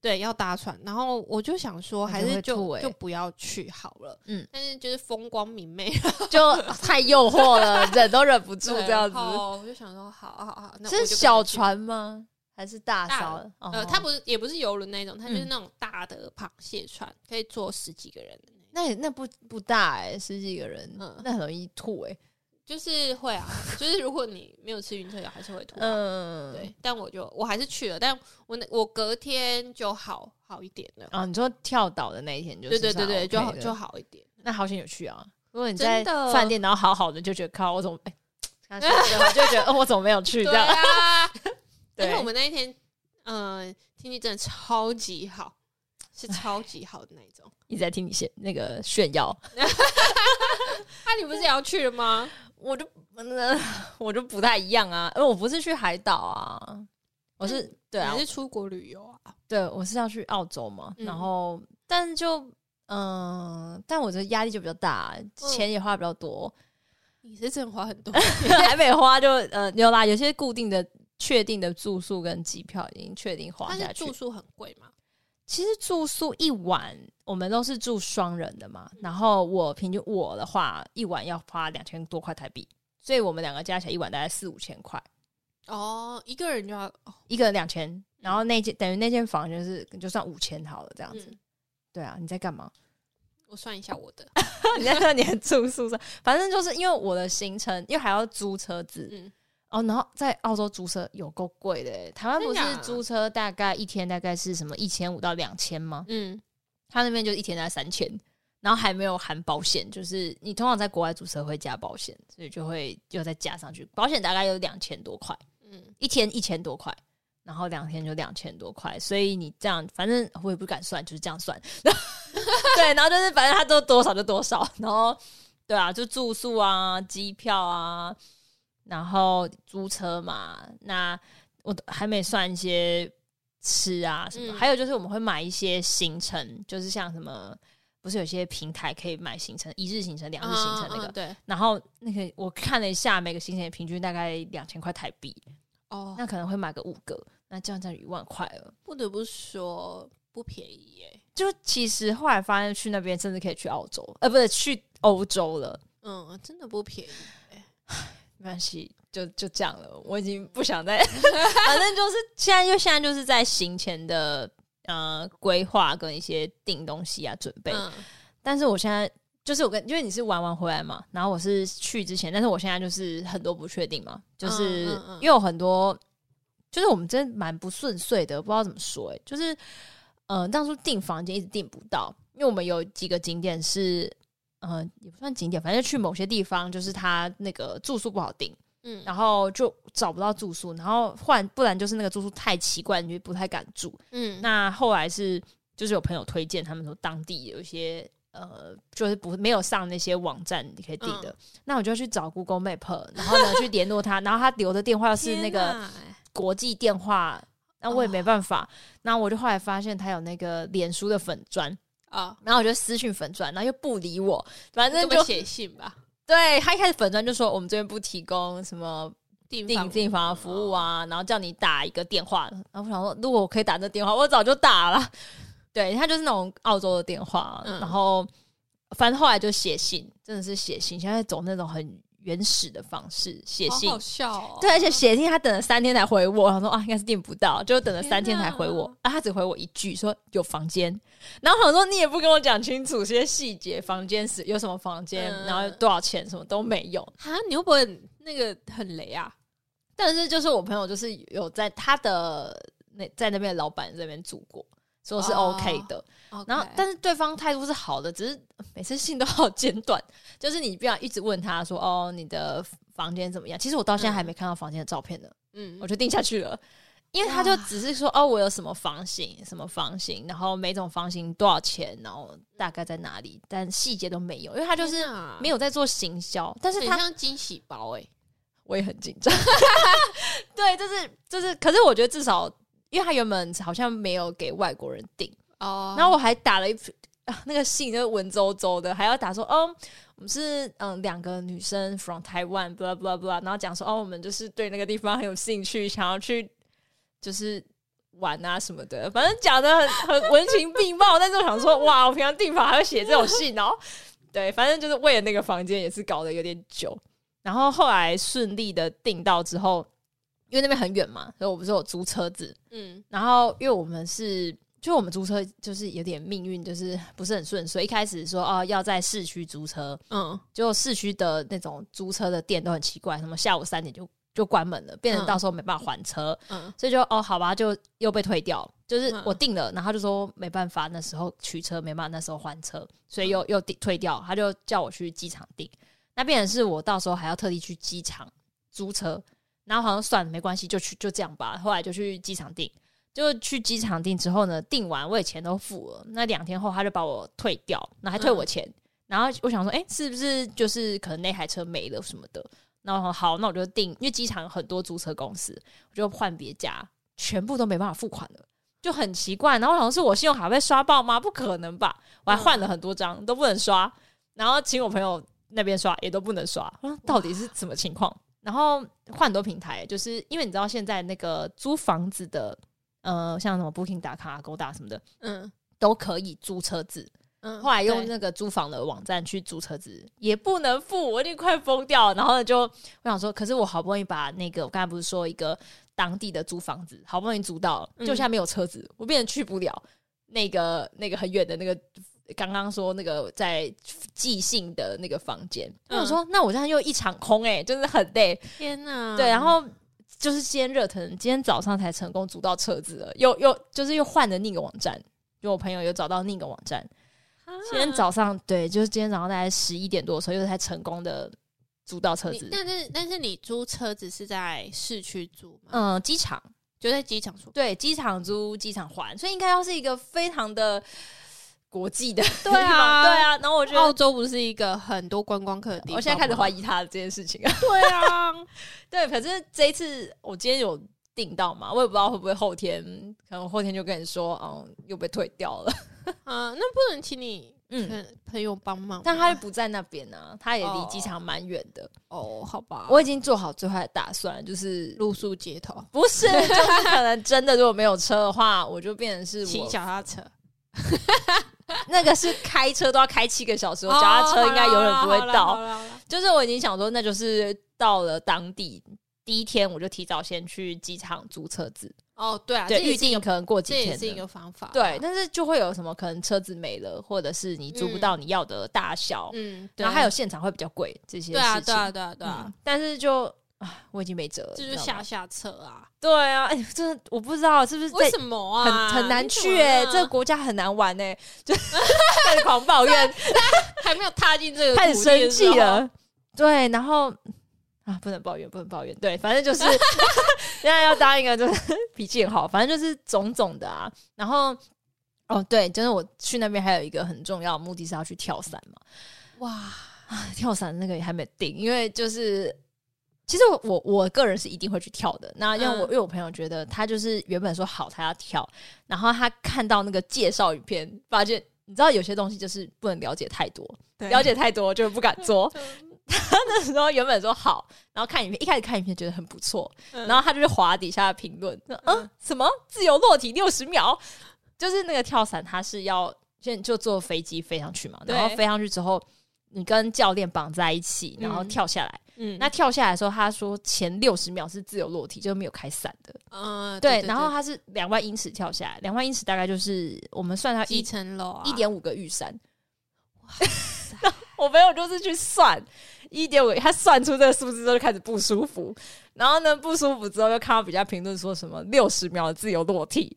Speaker 2: 对要搭船，然后我就想说，
Speaker 1: 那
Speaker 2: 还
Speaker 1: 就会
Speaker 2: 是就
Speaker 1: 吐欸
Speaker 2: 就不要去好了。
Speaker 1: 嗯
Speaker 2: 嗯，但是就是风光明媚，啊
Speaker 1: 就
Speaker 2: [LAUGHS]
Speaker 1: 太诱惑了，忍都忍不住
Speaker 2: 对
Speaker 1: 这样子
Speaker 2: 然，后我就想说，好好好，那我
Speaker 1: 是
Speaker 2: 就
Speaker 1: 啊
Speaker 2: 跟
Speaker 1: 小
Speaker 2: 着去。
Speaker 1: 船吗？还是大
Speaker 2: 大
Speaker 1: 艘？
Speaker 2: 呃，
Speaker 1: 哦
Speaker 2: 它不是也不是游轮那种，它就是
Speaker 1: 嗯
Speaker 2: 那种大的螃蟹船，可以坐十几个人的那种，
Speaker 1: 那也那不不大哎、十几个人，
Speaker 2: 嗯
Speaker 1: 那很容易吐哎、
Speaker 2: 就是
Speaker 1: [LAUGHS]
Speaker 2: 会啊，就是如果你没有吃晕车药，还是会吐、啊。
Speaker 1: 嗯，
Speaker 2: 对，但我就我还是去了，但我那我隔天就好好一点了。
Speaker 1: 啊，你说跳岛的那一天就是
Speaker 2: 对对对对，就好
Speaker 1: 好
Speaker 2: 就好一点。
Speaker 1: 那好险有去啊！如果你
Speaker 2: 真
Speaker 1: 在
Speaker 2: 的
Speaker 1: 饭店，然后好好的就觉得靠，我怎么
Speaker 2: [LAUGHS]
Speaker 1: 哎，他说的话就觉得哦，我怎么没有去这
Speaker 2: 对
Speaker 1: 样？
Speaker 2: [LAUGHS] 啊，
Speaker 1: 对
Speaker 2: 因为我们那一天，嗯，天气真的超级好，是超级好的那一种。
Speaker 1: 一直在听你炫那个炫耀，
Speaker 2: 啊，你不是也要去了吗？
Speaker 1: 我就、 [LAUGHS] 嗯我就不太一样啊，因为我不是去海岛啊，我是、对啊
Speaker 2: 还，是出国旅游啊？
Speaker 1: 对，我是要去澳洲嘛，
Speaker 2: 嗯
Speaker 1: 然后但就嗯、但我的压力就比较大，啊钱也花比较 [LAUGHS] 多，
Speaker 2: 你是真的花很多，
Speaker 1: 还没花就呃有啦，有些固定的确定的住宿跟机票已经确定花
Speaker 2: 但
Speaker 1: 下
Speaker 2: 是
Speaker 1: 去。
Speaker 2: 住宿很贵嘛？
Speaker 1: 其实住宿一晚，我们都是住双人的嘛，然后我平均我的话一晚要花两千多块台币，所以我们两个加起来一晚大概四五千块，
Speaker 2: 哦，一个人就要哦，
Speaker 1: 一个人两千，然后那间等于那间房就是就算五千好了这样子。
Speaker 2: 嗯，
Speaker 1: 对啊，你在干嘛？ [LAUGHS]
Speaker 2: 我算一下我的，
Speaker 1: 你在那年住宿舍，反正就是因为我的行程，因为还要租车子、
Speaker 2: 嗯，
Speaker 1: 哦，然后在澳洲租车有够贵的欸，台湾不是
Speaker 2: 真啊假
Speaker 1: 租车大概一天大概是什么一千五到两千吗？
Speaker 2: 嗯，
Speaker 1: 他那边就一天才三千，然后还没有含保险，就是你通常在国外租车会加保险，所以就会又再加上去，保险大概有两千多块，
Speaker 2: 嗯，
Speaker 1: 一天一千多块。然后两天就两千多块，所以你这样，反正 [LAUGHS] 我也不敢算，就是这样算。对，然后就是反正他都多少就多少，然后对啊，就住宿啊、机票啊，然后租车嘛。那我都还没算一些吃啊什么，
Speaker 2: 嗯
Speaker 1: 还有就是我们会买一些行程，就是像什么，不是有些平台可以买行程，一日行程、两日行程那个。
Speaker 2: 嗯嗯对，
Speaker 1: 然后那个我看了一下，每个行程平均大概两千块台币，
Speaker 2: 哦，
Speaker 1: 那可能会买个五个，那这样才一万块了。
Speaker 2: 不得不说不便宜耶、
Speaker 1: 就其实后来发现去那边甚至可以去澳洲，呃，不是去欧洲了。
Speaker 2: 嗯，真的不便宜。
Speaker 1: 没关系，就就这样了。我已经不想再，反正就是现在，就现在就是在行前的呃规划跟一些订东西啊准备。
Speaker 2: 嗯
Speaker 1: 但是我现在就是我跟，因为你是玩完回来嘛，然后我是去之前，但是我现在就是很多不确定嘛，就是
Speaker 2: 嗯嗯嗯
Speaker 1: 因为有很多，就是我们真的蛮不顺遂的，不知道怎么说、欸，就是呃，当初订房间一直订不到，因为我们有几个景点是。呃，也不算景点，反正去某些地方，就是它那个住宿不好订，
Speaker 2: 嗯，
Speaker 1: 然后就找不到住宿，然后换不然就是那个住宿太奇怪，你就不太敢住。
Speaker 2: 嗯
Speaker 1: 那后来是就是有朋友推荐，他们说当地有一些呃，就是不没有上那些网站你可以订的，
Speaker 2: 嗯
Speaker 1: 那我就去找 Google Map，然后呢去联络他，然后他留的电话是那
Speaker 2: 天
Speaker 1: 个
Speaker 2: 哪哎
Speaker 1: 国际电话，那我也
Speaker 2: 哦
Speaker 1: 没办法。那、我就后来发现他有那个脸书的粉砖，
Speaker 2: 啊，
Speaker 1: 然后我就私讯粉砖，然后又不理我，反
Speaker 2: 那
Speaker 1: 正
Speaker 2: 就
Speaker 1: 就
Speaker 2: 写信吧，
Speaker 1: 对他一开始粉砖就说我们这边不提供什么
Speaker 2: 订
Speaker 1: 订
Speaker 2: 房哦
Speaker 1: 订房服务啊，然后叫你打一个电话，然后我想说，如果我可以打这电话，我早就打了。对，他就是那种澳洲的电话，
Speaker 2: 嗯
Speaker 1: 然后反正后来就写信，真的是写信，现在走那种很原始的方式写信。
Speaker 2: 好好笑哦。
Speaker 1: 对，而且写信他等了三天才回我，他说啊，应该是订不到，就等了三天才回我
Speaker 2: 天
Speaker 1: 啊，他只回我一句说有房间，然后我想说你也不跟我讲清楚这些细节，房间是有什么房间，
Speaker 2: 嗯
Speaker 1: 然后多少钱，什么都没有，
Speaker 2: 啊，你又不会很那个很雷啊？
Speaker 1: 但是就是我朋友就是有在他的那在那边的老板这边住过，说是
Speaker 2: 哦
Speaker 1: OK 的。然
Speaker 2: 然
Speaker 1: 后
Speaker 2: 后，但
Speaker 1: 但是对方态度是好的，只是每次信都好简短，就是你不要一直问他说哦你的房间怎么样。其实我到现在还没看到房间的照片呢，
Speaker 2: 嗯
Speaker 1: 我就定下去了。因为他就只是说哦，我有什么房型，什么房型，然后每种房型多少钱，然后大概在哪里，但细节都没有，因为他就是没
Speaker 2: 有，
Speaker 1: 有在做行销，但是
Speaker 2: 很
Speaker 1: 他
Speaker 2: 像惊喜包哎。
Speaker 1: 我也很紧张。 [LAUGHS] 对，就是就是，可是我觉得至少，因为他原本好像没有给外国人订，
Speaker 2: 哦
Speaker 1: 然后我还打了一、啊、那个信，就是文绉绉的，还要打说，哦，我们是嗯两个女生 from 台湾，blah blah blah，然后讲说，哦，我们就是对那个地方很有兴趣，想要去就是。玩啊什么的，反正讲的很很文情并茂，但是我想说，哇，我平常订房还会写这种信哦。对，反正就是为了那个房间也是搞得有点久，然后后来顺利的订到之后，因为那边很远嘛，所以我不是有租车子，
Speaker 2: 嗯
Speaker 1: 然后因为我们是，就我们租车就是有点命运，就是不是很顺遂。一开始说哦要在市区租车，
Speaker 2: 嗯，
Speaker 1: 结果市区的那种租车的店都很奇怪，什么下午三点就就关门了，变成
Speaker 2: 嗯
Speaker 1: 到时候没办法还车，
Speaker 2: 嗯
Speaker 1: 所以就哦好吧，就又被退掉。就是
Speaker 2: 嗯
Speaker 1: 我定了，然后他就说没办法，那时候取车没办法，那时候还车，所以又又定退掉。他就叫我去机场订，那变成是我到时候还要特地去机场租车，然后好像算了没关系，就去就这样吧。后来就去机场订，就去机场订之后呢，订完我也钱都付了，那两天后他就把我退掉，那还退我钱。然后我想说，哎、是不是就是可能那台车没了什么的？然后好，那我就订，因为机场有很多租车公司，我就换别家，全部都没办法付款了，就很奇怪。然后好像是我信用卡被刷爆吗？不可能吧！我还换了很多张，都不能刷。然后请我朋友那边刷，也都不能刷。我说到底是什么情况？然后换很多平台，就是因为你知道现在那个租房子的，呃，像什么 Booking 打卡、勾搭什么的，
Speaker 2: 嗯
Speaker 1: 都可以租车子。
Speaker 2: 嗯
Speaker 1: 后来用
Speaker 2: 对
Speaker 1: 那个租房的网站去租车子，也不能付，我已经快疯掉了。然后呢，就我想说，可是我好不容易把那个我刚才不是说一个当地的租房子，好不容易租到了，就
Speaker 2: 嗯
Speaker 1: 现在没有车子，我变成去不了那个那个很远的那个刚刚说那个在寄信的那个房间。我
Speaker 2: 嗯
Speaker 1: 想说，那我这样又一场空哎、真的很累。
Speaker 2: 天哪，
Speaker 1: 对，然后就是今天热腾，今天早上才成功租到车子了，又又就是又换了另一个网站，就我朋友又找到另一个网站。
Speaker 2: 啊
Speaker 1: 今天早上对，就是今天早上大概十一点多的时候，又才成功的租到车
Speaker 2: 你
Speaker 1: 子。
Speaker 2: 但是但是你租车子是在市区租吗？
Speaker 1: 嗯，机场
Speaker 2: 就在机场租。
Speaker 1: 对，机场租，机场还，所以应该要是一个非常的国际的地
Speaker 2: 对
Speaker 1: 方
Speaker 2: 啊，
Speaker 1: 对啊。然后我觉得，
Speaker 2: 澳洲不是一个很多观光客的地方，
Speaker 1: 我现在开始怀
Speaker 2: 疑。
Speaker 1: 疑他的这件事情。
Speaker 2: [LAUGHS] 对啊，
Speaker 1: [LAUGHS] 对，可是这一次我今天有订到嘛，我也不知道会不会后天，可能后天就跟你说，嗯，又被退掉
Speaker 2: [LAUGHS]
Speaker 1: 了。
Speaker 2: 嗯，那不能请你
Speaker 1: 嗯，
Speaker 2: 朋朋友帮忙吗，
Speaker 1: 但他又不在那边啊，他也离
Speaker 2: 哦
Speaker 1: 机场蛮远的。
Speaker 2: 哦，好吧，
Speaker 1: 我已经做好最坏的打算，就是
Speaker 2: 露宿街头，
Speaker 1: 不
Speaker 2: [LAUGHS]
Speaker 1: 是，就是可能真的如果没有车的话，我就变成是
Speaker 2: 骑
Speaker 1: 我
Speaker 2: 脚踏车，
Speaker 1: 那个是开车都要开七个小时，我脚踏车应该永远不会
Speaker 2: 哦哦好
Speaker 1: 到。
Speaker 2: 啦好啦好啦好啦
Speaker 1: 就是我已经想说，那就是到了当地第一天，我就提早先去机场租车子，
Speaker 2: 哦，对啊，
Speaker 1: 对，
Speaker 2: 这也
Speaker 1: 预定可能过几
Speaker 2: 这也
Speaker 1: 天
Speaker 2: 是一
Speaker 1: 的。
Speaker 2: 个方法，
Speaker 1: 对，，但是就会有什么可能车子没了，或者是你租不到你要的大小，
Speaker 2: 嗯，对
Speaker 1: 然后还有现场会比较贵这些事情。
Speaker 2: 对啊，对啊，对啊，对
Speaker 1: 嗯
Speaker 2: 啊，
Speaker 1: 但是就啊，我已经没辙了，
Speaker 2: 这
Speaker 1: 你
Speaker 2: 就
Speaker 1: 知道
Speaker 2: 下
Speaker 1: 吗
Speaker 2: 下策啊，
Speaker 1: 对啊，哎、真的我不知道是不是在
Speaker 2: 为什么啊？
Speaker 1: 很很难
Speaker 2: 你怎么
Speaker 1: 去哎、
Speaker 2: 啊
Speaker 1: 这个国家很难玩哎、
Speaker 2: [LAUGHS]
Speaker 1: 就开始狂抱怨，
Speaker 2: 还没有踏进这个
Speaker 1: 开始
Speaker 2: 土地
Speaker 1: 生
Speaker 2: 的时
Speaker 1: 气
Speaker 2: 候
Speaker 1: 了。对，然后啊，不能抱怨，不能抱怨，对，反正就是 [LAUGHS] 现在要当一个就是脾气很好，反正就是种种的啊。然后哦，对，就是我去那边还有一个很重要的目的是要去跳伞嘛，啊
Speaker 2: 哇，
Speaker 1: 跳伞那个也还没定，因为就是。其实我我个人是一定会去跳的。那因为我、因
Speaker 2: 嗯
Speaker 1: 为我朋友觉得他就是原本说好他要跳，然后他看到那个介绍影片，发现你知道有些东西就是不能了解太多，了解太多就不敢做。 [LAUGHS] 他那时候原本说好，然后看影片，一开始看影片觉得很不错，
Speaker 2: 嗯
Speaker 1: 然后他就去划底下的评论，说嗯，什么自由落体六十秒，就是那个跳伞，他是要先就坐飞机飞上去嘛，
Speaker 2: 对
Speaker 1: 然后飞上去之后，你跟教练绑在一起，
Speaker 2: 嗯
Speaker 1: 然后跳下来。
Speaker 2: 嗯
Speaker 1: 那跳下来的时候，他说前六十秒是自由落体，就是没有开伞的。
Speaker 2: 嗯，
Speaker 1: 对，
Speaker 2: 对，
Speaker 1: 然后他是两万英尺跳下来，两万英尺大概就是我们算它
Speaker 2: 几
Speaker 1: 一
Speaker 2: 层楼啊，
Speaker 1: 一点五个玉山。 [LAUGHS] 我朋友就是去算一点五，他算出这个数字之后就开始不舒服，然后呢不舒服之后又看到比较评论说什么六十秒的自由落体，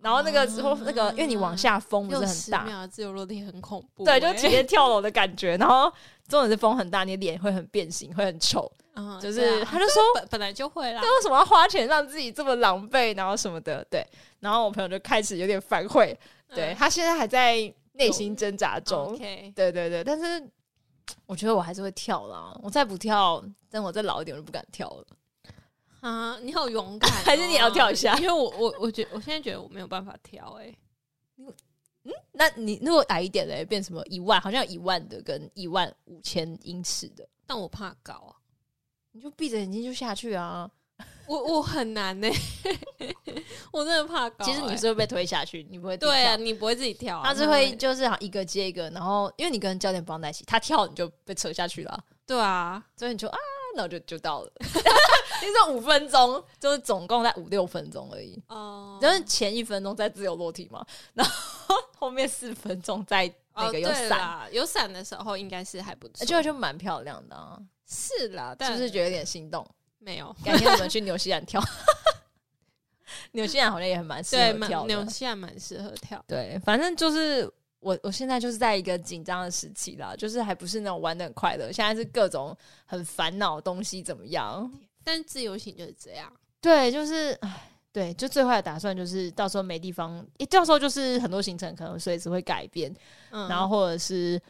Speaker 1: 然后那个时候、那个因为你往下风不
Speaker 2: 啊六
Speaker 1: 是
Speaker 2: 十
Speaker 1: 很大，
Speaker 2: 秒的自由落体很恐怖欸，
Speaker 1: 对，就体验跳楼的感觉，然后重点是风很大，你脸会很变形，会很丑，
Speaker 2: 嗯
Speaker 1: 就
Speaker 2: 对
Speaker 1: 是
Speaker 2: 啊
Speaker 1: 他就说啊
Speaker 2: 本本来就会啦
Speaker 1: 那，为什么要花钱让自己这么狼狈，然后什么的，对，然后我朋友就开始有点反悔，对、
Speaker 2: 嗯
Speaker 1: 他现在还在内心挣扎中，
Speaker 2: ，OK，
Speaker 1: 对对对，但是我觉得我还是会跳啦。我再不跳，等我再老一点，我就不敢跳了。
Speaker 2: 啊，你好勇敢哦，
Speaker 1: [LAUGHS] 还是你要跳一下
Speaker 2: 因为我我我觉我现在觉得我没有办法跳，哎，
Speaker 1: 那你如果矮一点嘞，变什么一万？好像有一万的跟一万五千英尺的，
Speaker 2: 但我怕高啊，
Speaker 1: 你就闭着眼睛就下去啊。
Speaker 2: 我我很难呢， [LAUGHS] 我真的怕高欸。
Speaker 1: 其实你是会被推下去，你不会自己
Speaker 2: 对
Speaker 1: 跳。
Speaker 2: 啊，你不会自己跳啊，
Speaker 1: 他是
Speaker 2: 那
Speaker 1: 会就是好一个接一个，然后因为你跟教练绑在一起，他跳你就被扯下去了啊，
Speaker 2: 对啊，
Speaker 1: 所以你就啊，那我就就到了。 [LAUGHS] 你说五分钟，就是总共在五六分钟而已。
Speaker 2: 哦，
Speaker 1: 就是前一分钟在自由落体嘛，然后 [LAUGHS] 后面四分钟在那
Speaker 2: 哦
Speaker 1: 个有
Speaker 2: 对
Speaker 1: 伞，呃
Speaker 2: 啦有伞的时候应该是还不错，
Speaker 1: 就就蛮漂亮的啊，
Speaker 2: 是啦，
Speaker 1: 是
Speaker 2: 但
Speaker 1: 不是觉得有点心动？
Speaker 2: 没有？
Speaker 1: 改天我们去纽西兰跳， [LAUGHS] 纽西兰好像也很蛮适
Speaker 2: 对，
Speaker 1: 合
Speaker 2: 蛮
Speaker 1: 跳
Speaker 2: 纽
Speaker 1: 的。
Speaker 2: 西兰蛮适合跳，
Speaker 1: 对，反正就是我我现在就是在一个紧张的时期啦，就是还不是那种玩的很快乐，现在是各种很烦恼的东西怎么样？
Speaker 2: 但自由行就是这样。
Speaker 1: 对，就是唉，对，就最坏的打算就是到时候没地方，诶到时候就是很多行程可能随时会改变，
Speaker 2: 嗯，
Speaker 1: 然后或者是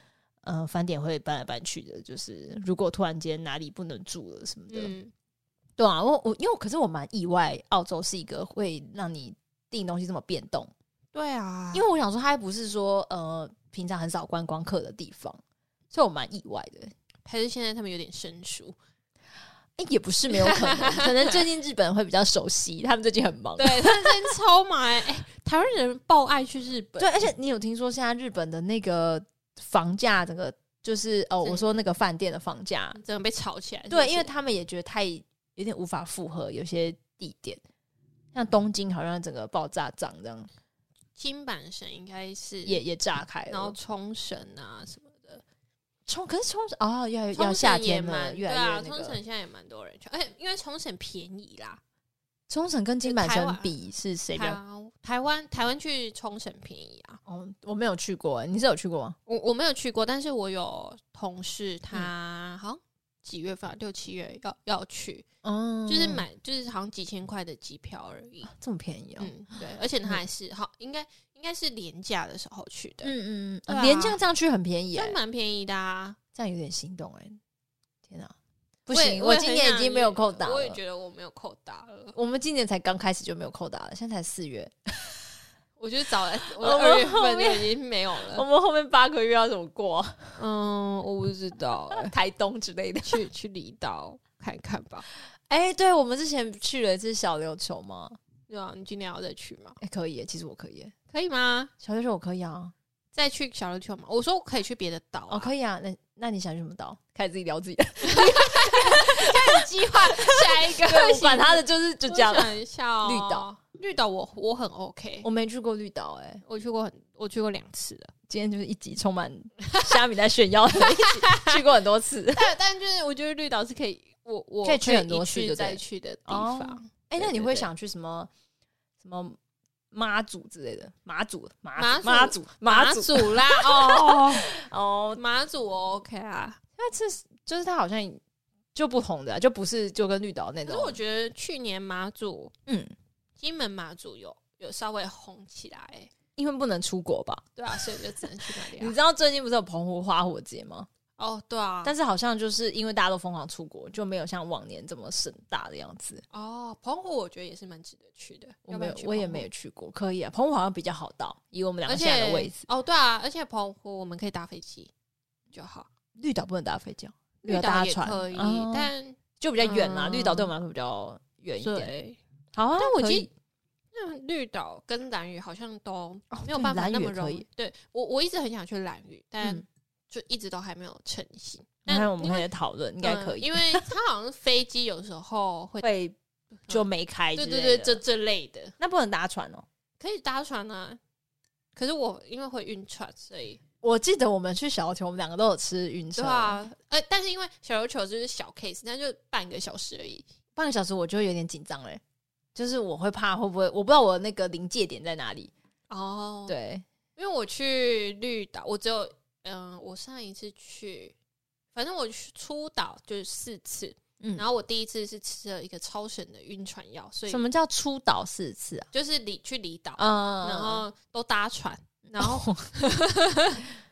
Speaker 1: 呃返点会搬来搬去的，就是如果突然间哪里不能住了什么的，
Speaker 2: 嗯，
Speaker 1: 对啊，我我因为可是我蛮意外，澳洲是一个会让你订东西这么变动，
Speaker 2: 对啊，
Speaker 1: 因为我想说它又不是说呃平常很少观光客的地方，所以我蛮意外的。
Speaker 2: 还是现在他们有点生疏。
Speaker 1: [LAUGHS] 诶也不是没有可 [LAUGHS] 能，可能最近日本会比较熟悉，他们最近很忙。
Speaker 2: 对，他们真的超忙哎、哎台湾人爆爱去日本，
Speaker 1: 对，而且你有听说现在日本的那个房价，整个就是哦，
Speaker 2: 是
Speaker 1: 我说那个饭店的房价，
Speaker 2: 真的被吵起来是不是。
Speaker 1: 对，因为他们也觉得太有点无法负荷，有些地点，像东京好像整个爆炸涨这样，
Speaker 2: 金板神应该是
Speaker 1: 也，也炸开了。
Speaker 2: 然后冲绳啊什么的，
Speaker 1: 冲，可是冲绳哦，越来越
Speaker 2: 冲
Speaker 1: 要
Speaker 2: 绳
Speaker 1: 夏
Speaker 2: 也
Speaker 1: 天了，
Speaker 2: 蛮
Speaker 1: 越来
Speaker 2: 对
Speaker 1: 越
Speaker 2: 啊，
Speaker 1: 那
Speaker 2: 冲绳
Speaker 1: 个。
Speaker 2: 现在也蛮多人去，而且因为冲绳便宜啦，
Speaker 1: 冲绳跟金板
Speaker 2: 台
Speaker 1: 神
Speaker 2: 湾
Speaker 1: 比是谁比
Speaker 2: 台
Speaker 1: 较？
Speaker 2: 湾台湾台湾去冲绳便宜啊。
Speaker 1: 哦，我没有去过，你是有去过吗？
Speaker 2: 我我没有去过，但是我有同事他好像几月份啊六七月要要去，
Speaker 1: 嗯，
Speaker 2: 就是买就是好像几千块的机票而已。嗯
Speaker 1: 这么便宜哦。
Speaker 2: 嗯，对，而且他还是好，应该应该是廉价的时候去的，
Speaker 1: 嗯嗯
Speaker 2: 对啊
Speaker 1: 廉价这样去很便宜、
Speaker 2: 算
Speaker 1: 欸，
Speaker 2: 蛮便宜的啊。
Speaker 1: 这样有点心动哎、天哪、不
Speaker 2: 我也
Speaker 1: 行，
Speaker 2: 我也
Speaker 1: 今
Speaker 2: 很
Speaker 1: 年已
Speaker 2: 想
Speaker 1: 经没有扣打了。
Speaker 2: 我也觉得我没有扣打了。
Speaker 1: 我们今年才刚开始就没有扣打了，现在才四月，
Speaker 2: 我觉得早
Speaker 1: [LAUGHS]
Speaker 2: 来，我
Speaker 1: 我们
Speaker 2: 二月
Speaker 1: 后
Speaker 2: 份就
Speaker 1: 面
Speaker 2: 已经没有
Speaker 1: 我
Speaker 2: 了。
Speaker 1: 们后面八个月要怎么
Speaker 2: 啊
Speaker 1: 过？
Speaker 2: 嗯，我不知道、欸
Speaker 1: 台东之类的。
Speaker 2: 去去离岛看看吧。
Speaker 1: 哎、对，我们之前去了一次小琉球吗？
Speaker 2: 对啊，你今年要再去吗？
Speaker 1: 哎、可以耶，其实我可以耶，
Speaker 2: 可以吗？
Speaker 1: 小琉球我可以啊，
Speaker 2: 再去小琉球吗？我说我可以去别的岛、啊，
Speaker 1: 哦，可以啊，那那你想去什么岛？开始自己聊自己的，
Speaker 2: 计划下一 [LAUGHS] 个
Speaker 1: 我管他的就是就这样
Speaker 2: 我。想一下哦，
Speaker 1: 绿岛，
Speaker 2: 绿岛我我很 OK，
Speaker 1: 我没去过绿岛，哎，
Speaker 2: 我去过很我去过两次了，
Speaker 1: 今天就是一集充满虾米在炫耀的一集， [LAUGHS] 去过很多次。
Speaker 2: [LAUGHS] 但但就是我觉得绿岛是可以，我我
Speaker 1: 可以去很多
Speaker 2: 一
Speaker 1: 次
Speaker 2: 去
Speaker 1: 就对
Speaker 2: 再
Speaker 1: 了
Speaker 2: 去的地
Speaker 1: 哦
Speaker 2: 方。
Speaker 1: 哎、那
Speaker 2: 对
Speaker 1: 你
Speaker 2: 对
Speaker 1: 会
Speaker 2: 对
Speaker 1: 想去什么什么妈祖之类的？马祖、马
Speaker 2: 马
Speaker 1: 祖、妈祖
Speaker 2: 祖、
Speaker 1: 马祖
Speaker 2: 祖啦， [LAUGHS] 哦，
Speaker 1: 哦，
Speaker 2: 马祖我 OK 啊。
Speaker 1: 那这是就是它好像就不同的啊、就不是就跟绿岛那
Speaker 2: 可
Speaker 1: 种。
Speaker 2: 是我觉得去年马祖、
Speaker 1: 嗯，
Speaker 2: 金门马祖有有稍微红起来、欸，
Speaker 1: 因为不能出国吧？
Speaker 2: 对啊，所以就只能去那里、
Speaker 1: 你
Speaker 2: 啊
Speaker 1: 知。道最近不是有澎湖花火节吗？
Speaker 2: 哦，对啊，
Speaker 1: 但是好像就是因为大家都疯狂出国，就没有像往年这么盛大的样子。
Speaker 2: 哦，澎湖我觉得也是蛮值得去的。
Speaker 1: 我
Speaker 2: 要不
Speaker 1: 没
Speaker 2: 然
Speaker 1: 有
Speaker 2: 去，
Speaker 1: 我也
Speaker 2: 澎湖
Speaker 1: 没有去过。可以啊，澎湖好像比较好到，以我们两
Speaker 2: 而
Speaker 1: 个
Speaker 2: 且
Speaker 1: 现在的位置，
Speaker 2: 哦，对啊，而且澎湖我们可以搭飞机就好，
Speaker 1: 绿岛不能搭飞机哦，
Speaker 2: 绿
Speaker 1: 岛
Speaker 2: 岛
Speaker 1: 搭
Speaker 2: 也
Speaker 1: 船
Speaker 2: 可以，
Speaker 1: 哦
Speaker 2: 但
Speaker 1: 就比较远啦。
Speaker 2: 嗯
Speaker 1: 绿岛对我们来说比较远一点。
Speaker 2: 对，
Speaker 1: 好啊，
Speaker 2: 但我
Speaker 1: 可以
Speaker 2: 记得那绿岛跟兰屿好像都
Speaker 1: 哦
Speaker 2: 没有
Speaker 1: 对
Speaker 2: 办法
Speaker 1: 兰屿
Speaker 2: 那
Speaker 1: 也
Speaker 2: 么容
Speaker 1: 可
Speaker 2: 易
Speaker 1: 以。
Speaker 2: 对我，我一直很想去兰屿，但
Speaker 1: 嗯
Speaker 2: 就一直都还没有成型。
Speaker 1: 那
Speaker 2: 但
Speaker 1: 我们
Speaker 2: 因为
Speaker 1: 可以讨论，应该可以。
Speaker 2: 嗯
Speaker 1: [LAUGHS]
Speaker 2: 因为它好像飞机有时候会，
Speaker 1: 会就没开之类
Speaker 2: 对
Speaker 1: 的，
Speaker 2: 嗯对对，这这类的
Speaker 1: 那不能搭船哦。
Speaker 2: 可以搭船啊。可是我因为会晕船，所以
Speaker 1: 我记得我们去小琉球，我们两个都有吃晕车，
Speaker 2: 对啊，呃，但是因为小琉球就是小 case，那就半个小时而已。
Speaker 1: 半个小时我就有点紧张嘞，就是我会怕会不会，我不知道我那个临界点在哪里。
Speaker 2: 哦，
Speaker 1: 对，
Speaker 2: 因为我去绿岛，我只有嗯、我上一次去，反正我去出岛就是四次，
Speaker 1: 嗯
Speaker 2: 然后我第一次是吃了一个超神的晕船药，所以
Speaker 1: 什么叫出岛四次啊？
Speaker 2: 就是离去离岛，
Speaker 1: 嗯，哦
Speaker 2: 然后都搭船，然后、
Speaker 1: 后，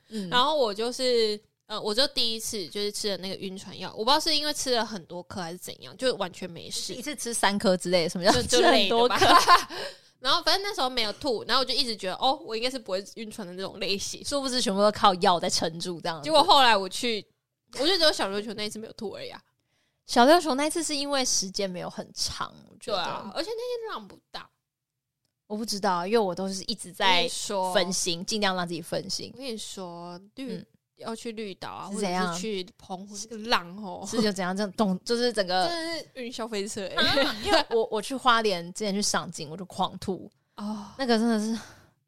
Speaker 1: 嗯，
Speaker 2: [LAUGHS] 然后我就是。呃，我就第一次就是吃了那个晕船药，我不知道是因为吃了很多颗还是怎样，就完全没事
Speaker 1: 一，次吃三颗之类的，什么叫
Speaker 2: 就就
Speaker 1: 吃
Speaker 2: 累
Speaker 1: 很
Speaker 2: 的
Speaker 1: 多
Speaker 2: 吧
Speaker 1: 颗？。
Speaker 2: [LAUGHS] 然后反正那时候没有吐，然后我就一直觉得哦，我应该是不会晕船的那种类型，
Speaker 1: 殊不知全部都靠药在撑住这样子。
Speaker 2: 结果后来我去，我就只有小琉球那一次没有吐而已啊。
Speaker 1: 小琉球那一次是因为时间没有很长，我觉
Speaker 2: 对
Speaker 1: 得，
Speaker 2: 啊，而且那天浪不大。
Speaker 1: 我不知道，因为我都是一直
Speaker 2: 我哦跟
Speaker 1: 在
Speaker 2: 你说
Speaker 1: 分，心，尽量让自己分心
Speaker 2: 我，跟你说，绿、
Speaker 1: 嗯
Speaker 2: 要去绿岛啊，
Speaker 1: 是
Speaker 2: 或
Speaker 1: 怎
Speaker 2: 者
Speaker 1: 样
Speaker 2: 是去澎湖，这个浪哦，
Speaker 1: 是就怎样这样动，就是整个
Speaker 2: 真的是晕消费车欸、
Speaker 1: [LAUGHS] 因为我我去花莲之前去赏景，我就狂吐，
Speaker 2: 哦，
Speaker 1: 那个真的是，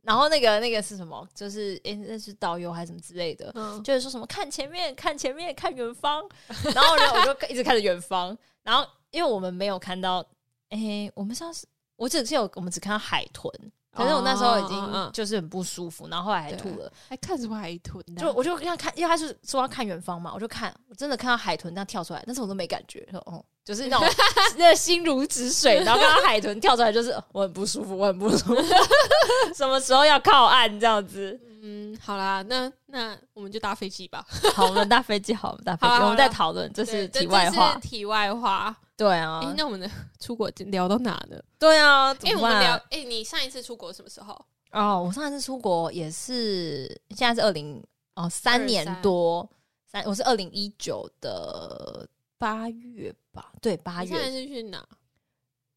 Speaker 1: 然后那个那个是什么？就是诶、那是导游还是什么之类的，
Speaker 2: 嗯，
Speaker 1: 就是说什么看前面，看前面，看远方，
Speaker 2: [LAUGHS]
Speaker 1: 然后呢我就一直看着远方，然后因为我们没有看到，诶、我们上次我只记得我们只看到海豚。可是我那时候已
Speaker 2: 哦嗯
Speaker 1: 经
Speaker 2: 嗯
Speaker 1: 就是很不舒服，然后后来还吐了，
Speaker 2: 还看什么海豚呢、
Speaker 1: 就我就这样看，因为他是说要看远方嘛，我就看，我真的看到海豚这样跳出来，但是我都没感觉，说哦，就是 [LAUGHS] 那种那心如止水，然后看到海豚跳出来，就是呃我很不舒服，我很不舒服， [LAUGHS] 什么时候要靠岸这样子？
Speaker 2: 嗯，好啦，那那我们就搭飞机吧。
Speaker 1: 好，我们搭飞机，好，我们搭飞
Speaker 2: 好啦
Speaker 1: 机，
Speaker 2: 好啦
Speaker 1: 我们再讨论，这是
Speaker 2: 对这
Speaker 1: 题外话
Speaker 2: 这，是题外话。
Speaker 1: 对
Speaker 2: 哎、
Speaker 1: 啊，
Speaker 2: 那我们的 [LAUGHS] 出国聊到哪呢？
Speaker 1: 对啊，
Speaker 2: 哎、
Speaker 1: 怎么
Speaker 2: 我们
Speaker 1: 办
Speaker 2: 聊
Speaker 1: 啊？
Speaker 2: 哎、你上一次出国什么时候？
Speaker 1: 哦，我上一次出国也是，现在是二零哦三
Speaker 2: 23
Speaker 1: 年多，三我是二零一九的八月吧，对，八
Speaker 2: 你上一
Speaker 1: 月
Speaker 2: 次去哪？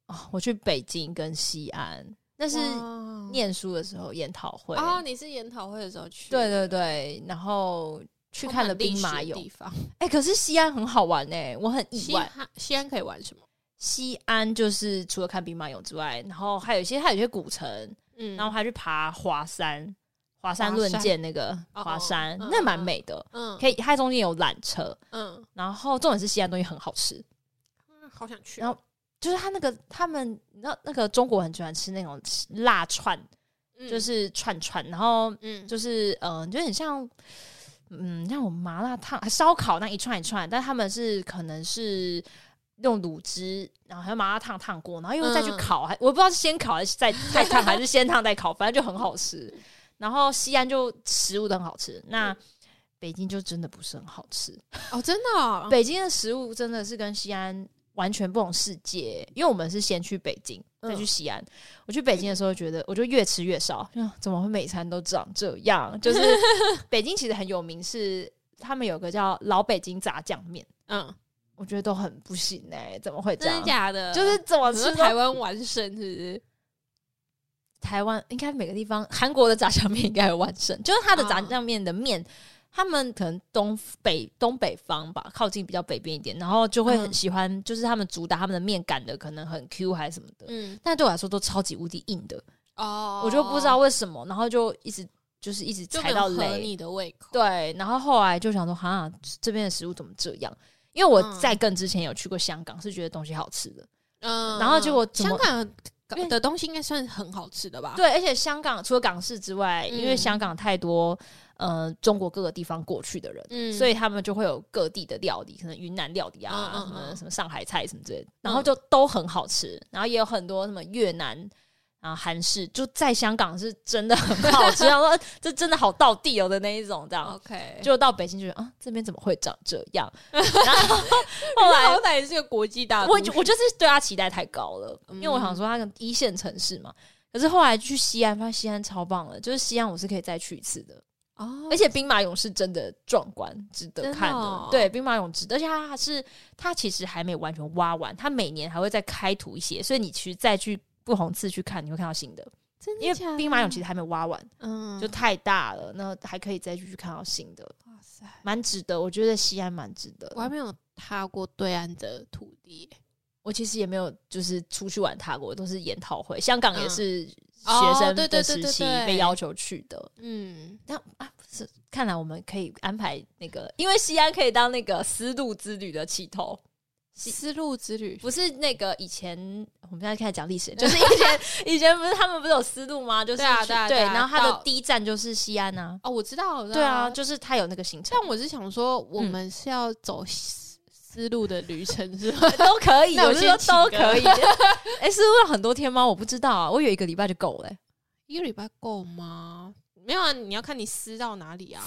Speaker 1: 哦，我去北京跟西安，那是
Speaker 2: 哇
Speaker 1: 念书的时候研讨会，
Speaker 2: 哦，你是研讨会的时候去？
Speaker 1: 对对对，然后去
Speaker 2: 充
Speaker 1: 看了
Speaker 2: 满历
Speaker 1: 兵马
Speaker 2: 史的
Speaker 1: 俑
Speaker 2: 地，方。
Speaker 1: 哎、可是西安很好玩哎、我很意
Speaker 2: 西
Speaker 1: 外。
Speaker 2: 安西安可以玩什么？
Speaker 1: 西安就是除了看兵马俑之外，然后还有一些还有一些古城，
Speaker 2: 嗯
Speaker 1: 然后还去爬华山，华山
Speaker 2: 华
Speaker 1: 论
Speaker 2: 山
Speaker 1: 剑那个
Speaker 2: 哦
Speaker 1: 华
Speaker 2: 哦
Speaker 1: 山，
Speaker 2: 嗯
Speaker 1: 那蛮
Speaker 2: 嗯
Speaker 1: 美的。
Speaker 2: 嗯
Speaker 1: 可以，它中间有缆车，
Speaker 2: 嗯，
Speaker 1: 然后重点是西安东西很好吃，
Speaker 2: 好想去哦。
Speaker 1: 然后就是它那个他们，你知道那个中国很喜欢吃那种辣串，
Speaker 2: 嗯
Speaker 1: 就是串串，然后
Speaker 2: 嗯，
Speaker 1: 就是嗯、呃，就很像嗯，像我们麻辣烫、烧烤那一串一串，但他们是可能是用卤汁，然后还要麻辣烫烫过，然后又再
Speaker 2: 嗯
Speaker 1: 去烤，还、我不知道是先烤还是再再烫，还是先烫再烤，反正就很好吃。然后西安就食物都很好吃，那北京就真的不是很好吃。
Speaker 2: 哦，真的哦、
Speaker 1: 北京的食物真的是跟西安完全不同世界，因为我们是先去北京，
Speaker 2: 嗯
Speaker 1: 再去西安。我去北京的时候，觉得我就越吃越少，就啊怎么会每餐都长这样？
Speaker 2: [LAUGHS]
Speaker 1: 就是北京其实很有名是，他们有个叫老北京炸酱面，
Speaker 2: 嗯，
Speaker 1: 我觉得都很不行哎、怎么会这
Speaker 2: 真
Speaker 1: 样
Speaker 2: 的？假的？
Speaker 1: 就是怎么
Speaker 2: 我
Speaker 1: 吃
Speaker 2: 是
Speaker 1: 台
Speaker 2: 台湾完胜，是不是？
Speaker 1: 台湾应该每个地方，韩国的炸酱面应该有完胜，就是它的
Speaker 2: 啊
Speaker 1: 炸酱面的面。他们可能东北东北方吧，靠近比较北边一点，然后就会很
Speaker 2: 嗯
Speaker 1: 喜欢，就是他们主打他们的面擀的可能很 Q 还是什么的，
Speaker 2: 嗯，
Speaker 1: 但对我来说都超级无敌硬的，
Speaker 2: 哦
Speaker 1: 我就不知道为什么，然后就一直就是一直
Speaker 2: 就
Speaker 1: 踩到
Speaker 2: 没有合
Speaker 1: 雷，
Speaker 2: 你的胃口。
Speaker 1: 对，然后后来就想说，哈，这边的食物怎么这样？因为我
Speaker 2: 嗯
Speaker 1: 在更之前有去过香港，是觉得东西好吃的，
Speaker 2: 嗯
Speaker 1: 然后结果怎
Speaker 2: 香
Speaker 1: 么因为
Speaker 2: 港的东西应该算很好吃的吧？
Speaker 1: 对，而且香港除了港式之外，
Speaker 2: 嗯
Speaker 1: 因为香港太多呃中国各个地方过去的人，
Speaker 2: 嗯
Speaker 1: 所以他们就会有各地的料理，可能云南料理啊，
Speaker 2: 嗯嗯
Speaker 1: 什么
Speaker 2: 嗯
Speaker 1: 什么上海菜什么之类的，然后就都很好吃，然后也有很多什么越南。啊，韩式就在香港是真的很好吃，然后说这真的好道地哦的那一种，这样
Speaker 2: OK，
Speaker 1: 就到北京就觉得啊，这边怎么会长这
Speaker 2: [LAUGHS]
Speaker 1: 样？然后后来
Speaker 2: 好歹也是个国际大都
Speaker 1: 我
Speaker 2: 市
Speaker 1: 就我就是对他期待太高了，因为我
Speaker 2: 嗯
Speaker 1: 想说他跟一线城市嘛。可是后来去西安，发现西安超棒了，就是西安我是可以再去一次的，
Speaker 2: 哦
Speaker 1: 而且兵马俑是真的壮观，值得
Speaker 2: 真的
Speaker 1: 看的。
Speaker 2: 哦
Speaker 1: 对，兵马俑值得，而且它还是它其实还没完全挖完，它每年还会再开土一些，所以你其实再去不同次去看，你会看到新的，
Speaker 2: 真的
Speaker 1: 因
Speaker 2: 假
Speaker 1: 为
Speaker 2: 的
Speaker 1: 兵马俑其实还没挖完，
Speaker 2: 嗯
Speaker 1: 就太大了，那还可以再去看到新的，
Speaker 2: 哇塞，
Speaker 1: 蛮值得。我觉得西安蛮值得的。
Speaker 2: 我还没有踏过对岸的土地耶，
Speaker 1: 我其实也没有就是出去玩踏过，都是研讨会。香港也
Speaker 2: 嗯
Speaker 1: 是学
Speaker 2: 哦
Speaker 1: 生
Speaker 2: 对
Speaker 1: 的
Speaker 2: 对对
Speaker 1: 时
Speaker 2: 对
Speaker 1: 期
Speaker 2: 对
Speaker 1: 被要求去的。
Speaker 2: 嗯，
Speaker 1: 那啊，不是，看来我们可以安排那个，因为西安可以当那个丝路之旅的起头，西
Speaker 2: 丝路之旅
Speaker 1: 不是那个以前我们现在开始讲历 [LAUGHS] 史，就是以前以前不是他们不是有丝路吗？就是
Speaker 2: 对啊
Speaker 1: 去
Speaker 2: 对啊
Speaker 1: 对，
Speaker 2: 对啊
Speaker 1: 然后它的
Speaker 2: 到
Speaker 1: 第一站就是西安啊，
Speaker 2: 哦，我知道，我知道
Speaker 1: 对啊，就是它有那个行程
Speaker 2: 但我是想说，我
Speaker 1: 嗯
Speaker 2: 们是要走丝丝路的旅程是
Speaker 1: [LAUGHS]
Speaker 2: 吗？
Speaker 1: [LAUGHS] 都可以，
Speaker 2: 那我
Speaker 1: 我是说
Speaker 2: 先请
Speaker 1: 都
Speaker 2: 个
Speaker 1: [LAUGHS] 可以。哎，丝路有很多天吗？我不知道啊，我有一个礼拜就够了欸。
Speaker 2: [LAUGHS] 一个礼拜够吗？没有啊，你要看你撕到哪里啊，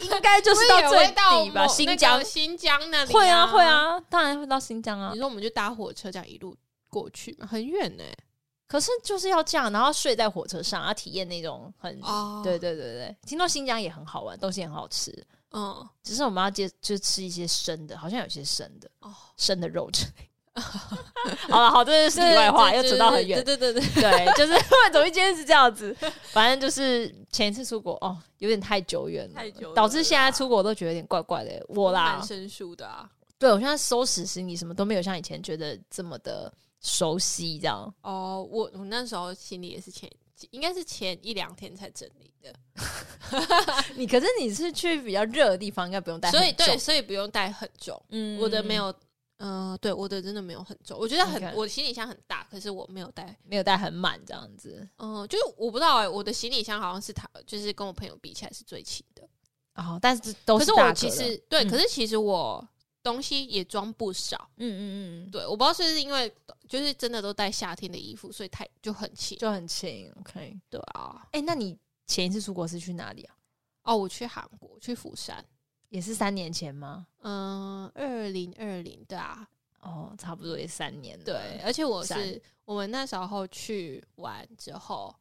Speaker 1: 应该就是到
Speaker 2: 我以为
Speaker 1: 最
Speaker 2: 会到
Speaker 1: 底吧，
Speaker 2: 某
Speaker 1: 新
Speaker 2: 那
Speaker 1: 疆
Speaker 2: 个、新疆那里
Speaker 1: 会啊会。啊，当然会到新疆啊
Speaker 2: 你。说我们就搭火车这样一路过去嘛，很远呢、
Speaker 1: 可是就是要这样，然后睡在火车上，要体验那种很……
Speaker 2: 哦
Speaker 1: 对，对对对，听说新疆也很好玩，东西也很好吃，
Speaker 2: 嗯，
Speaker 1: 只是我们要接就吃一些生的，好像有些生的
Speaker 2: 哦，
Speaker 1: 生的 [LAUGHS] 肉之类的。好了，好，这是题外话，又扯到很远。
Speaker 2: 对对对对，
Speaker 1: 对，就是 [LAUGHS] 总之今天是这样子。反正就是前一次出国哦，有点太久远了，
Speaker 2: 太久
Speaker 1: 导
Speaker 2: 了
Speaker 1: 致现在
Speaker 2: 啦
Speaker 1: 出国都觉得有点怪怪的。我啦，
Speaker 2: 蛮生疏的啊。
Speaker 1: 对我现在收拾行李什么都没有像以前觉得这么的熟悉，这样
Speaker 2: 哦，我我那时候行李也是前，应该是前一两天才整理的，
Speaker 1: 你可是你是去比较热的地方，应该不用带很
Speaker 2: 所以
Speaker 1: 重，
Speaker 2: 对，所以不用带很重。
Speaker 1: 嗯
Speaker 2: 我的没有，呃，对，我的真的没有很重。我觉得很
Speaker 1: OK
Speaker 2: 我行李箱很大，可是我没有带。
Speaker 1: 没有带很满这样子。
Speaker 2: 嗯、就是我不知道哎、我的行李箱好像是他，就是跟我朋友比起来是最轻的。
Speaker 1: 哦，但是都
Speaker 2: 可是
Speaker 1: 大
Speaker 2: 我
Speaker 1: 格
Speaker 2: 其
Speaker 1: 的
Speaker 2: 实对，
Speaker 1: 嗯
Speaker 2: 可是其实我东西也装不少。
Speaker 1: 嗯嗯嗯，
Speaker 2: 对，我不知道是不是因为就是真的都带夏天的衣服，所以太就很轻。
Speaker 1: 就很轻。OK，
Speaker 2: 对啊，
Speaker 1: 哎、那你前一次出国是去哪里啊？
Speaker 2: 哦，我去韩国，去釜山，
Speaker 1: 也是三年前吗？
Speaker 2: 嗯、二零二零，对啊，
Speaker 1: 哦，差不多也三年了。
Speaker 2: 对，，而且我
Speaker 1: 釜山
Speaker 2: 是我们那时候去玩之后，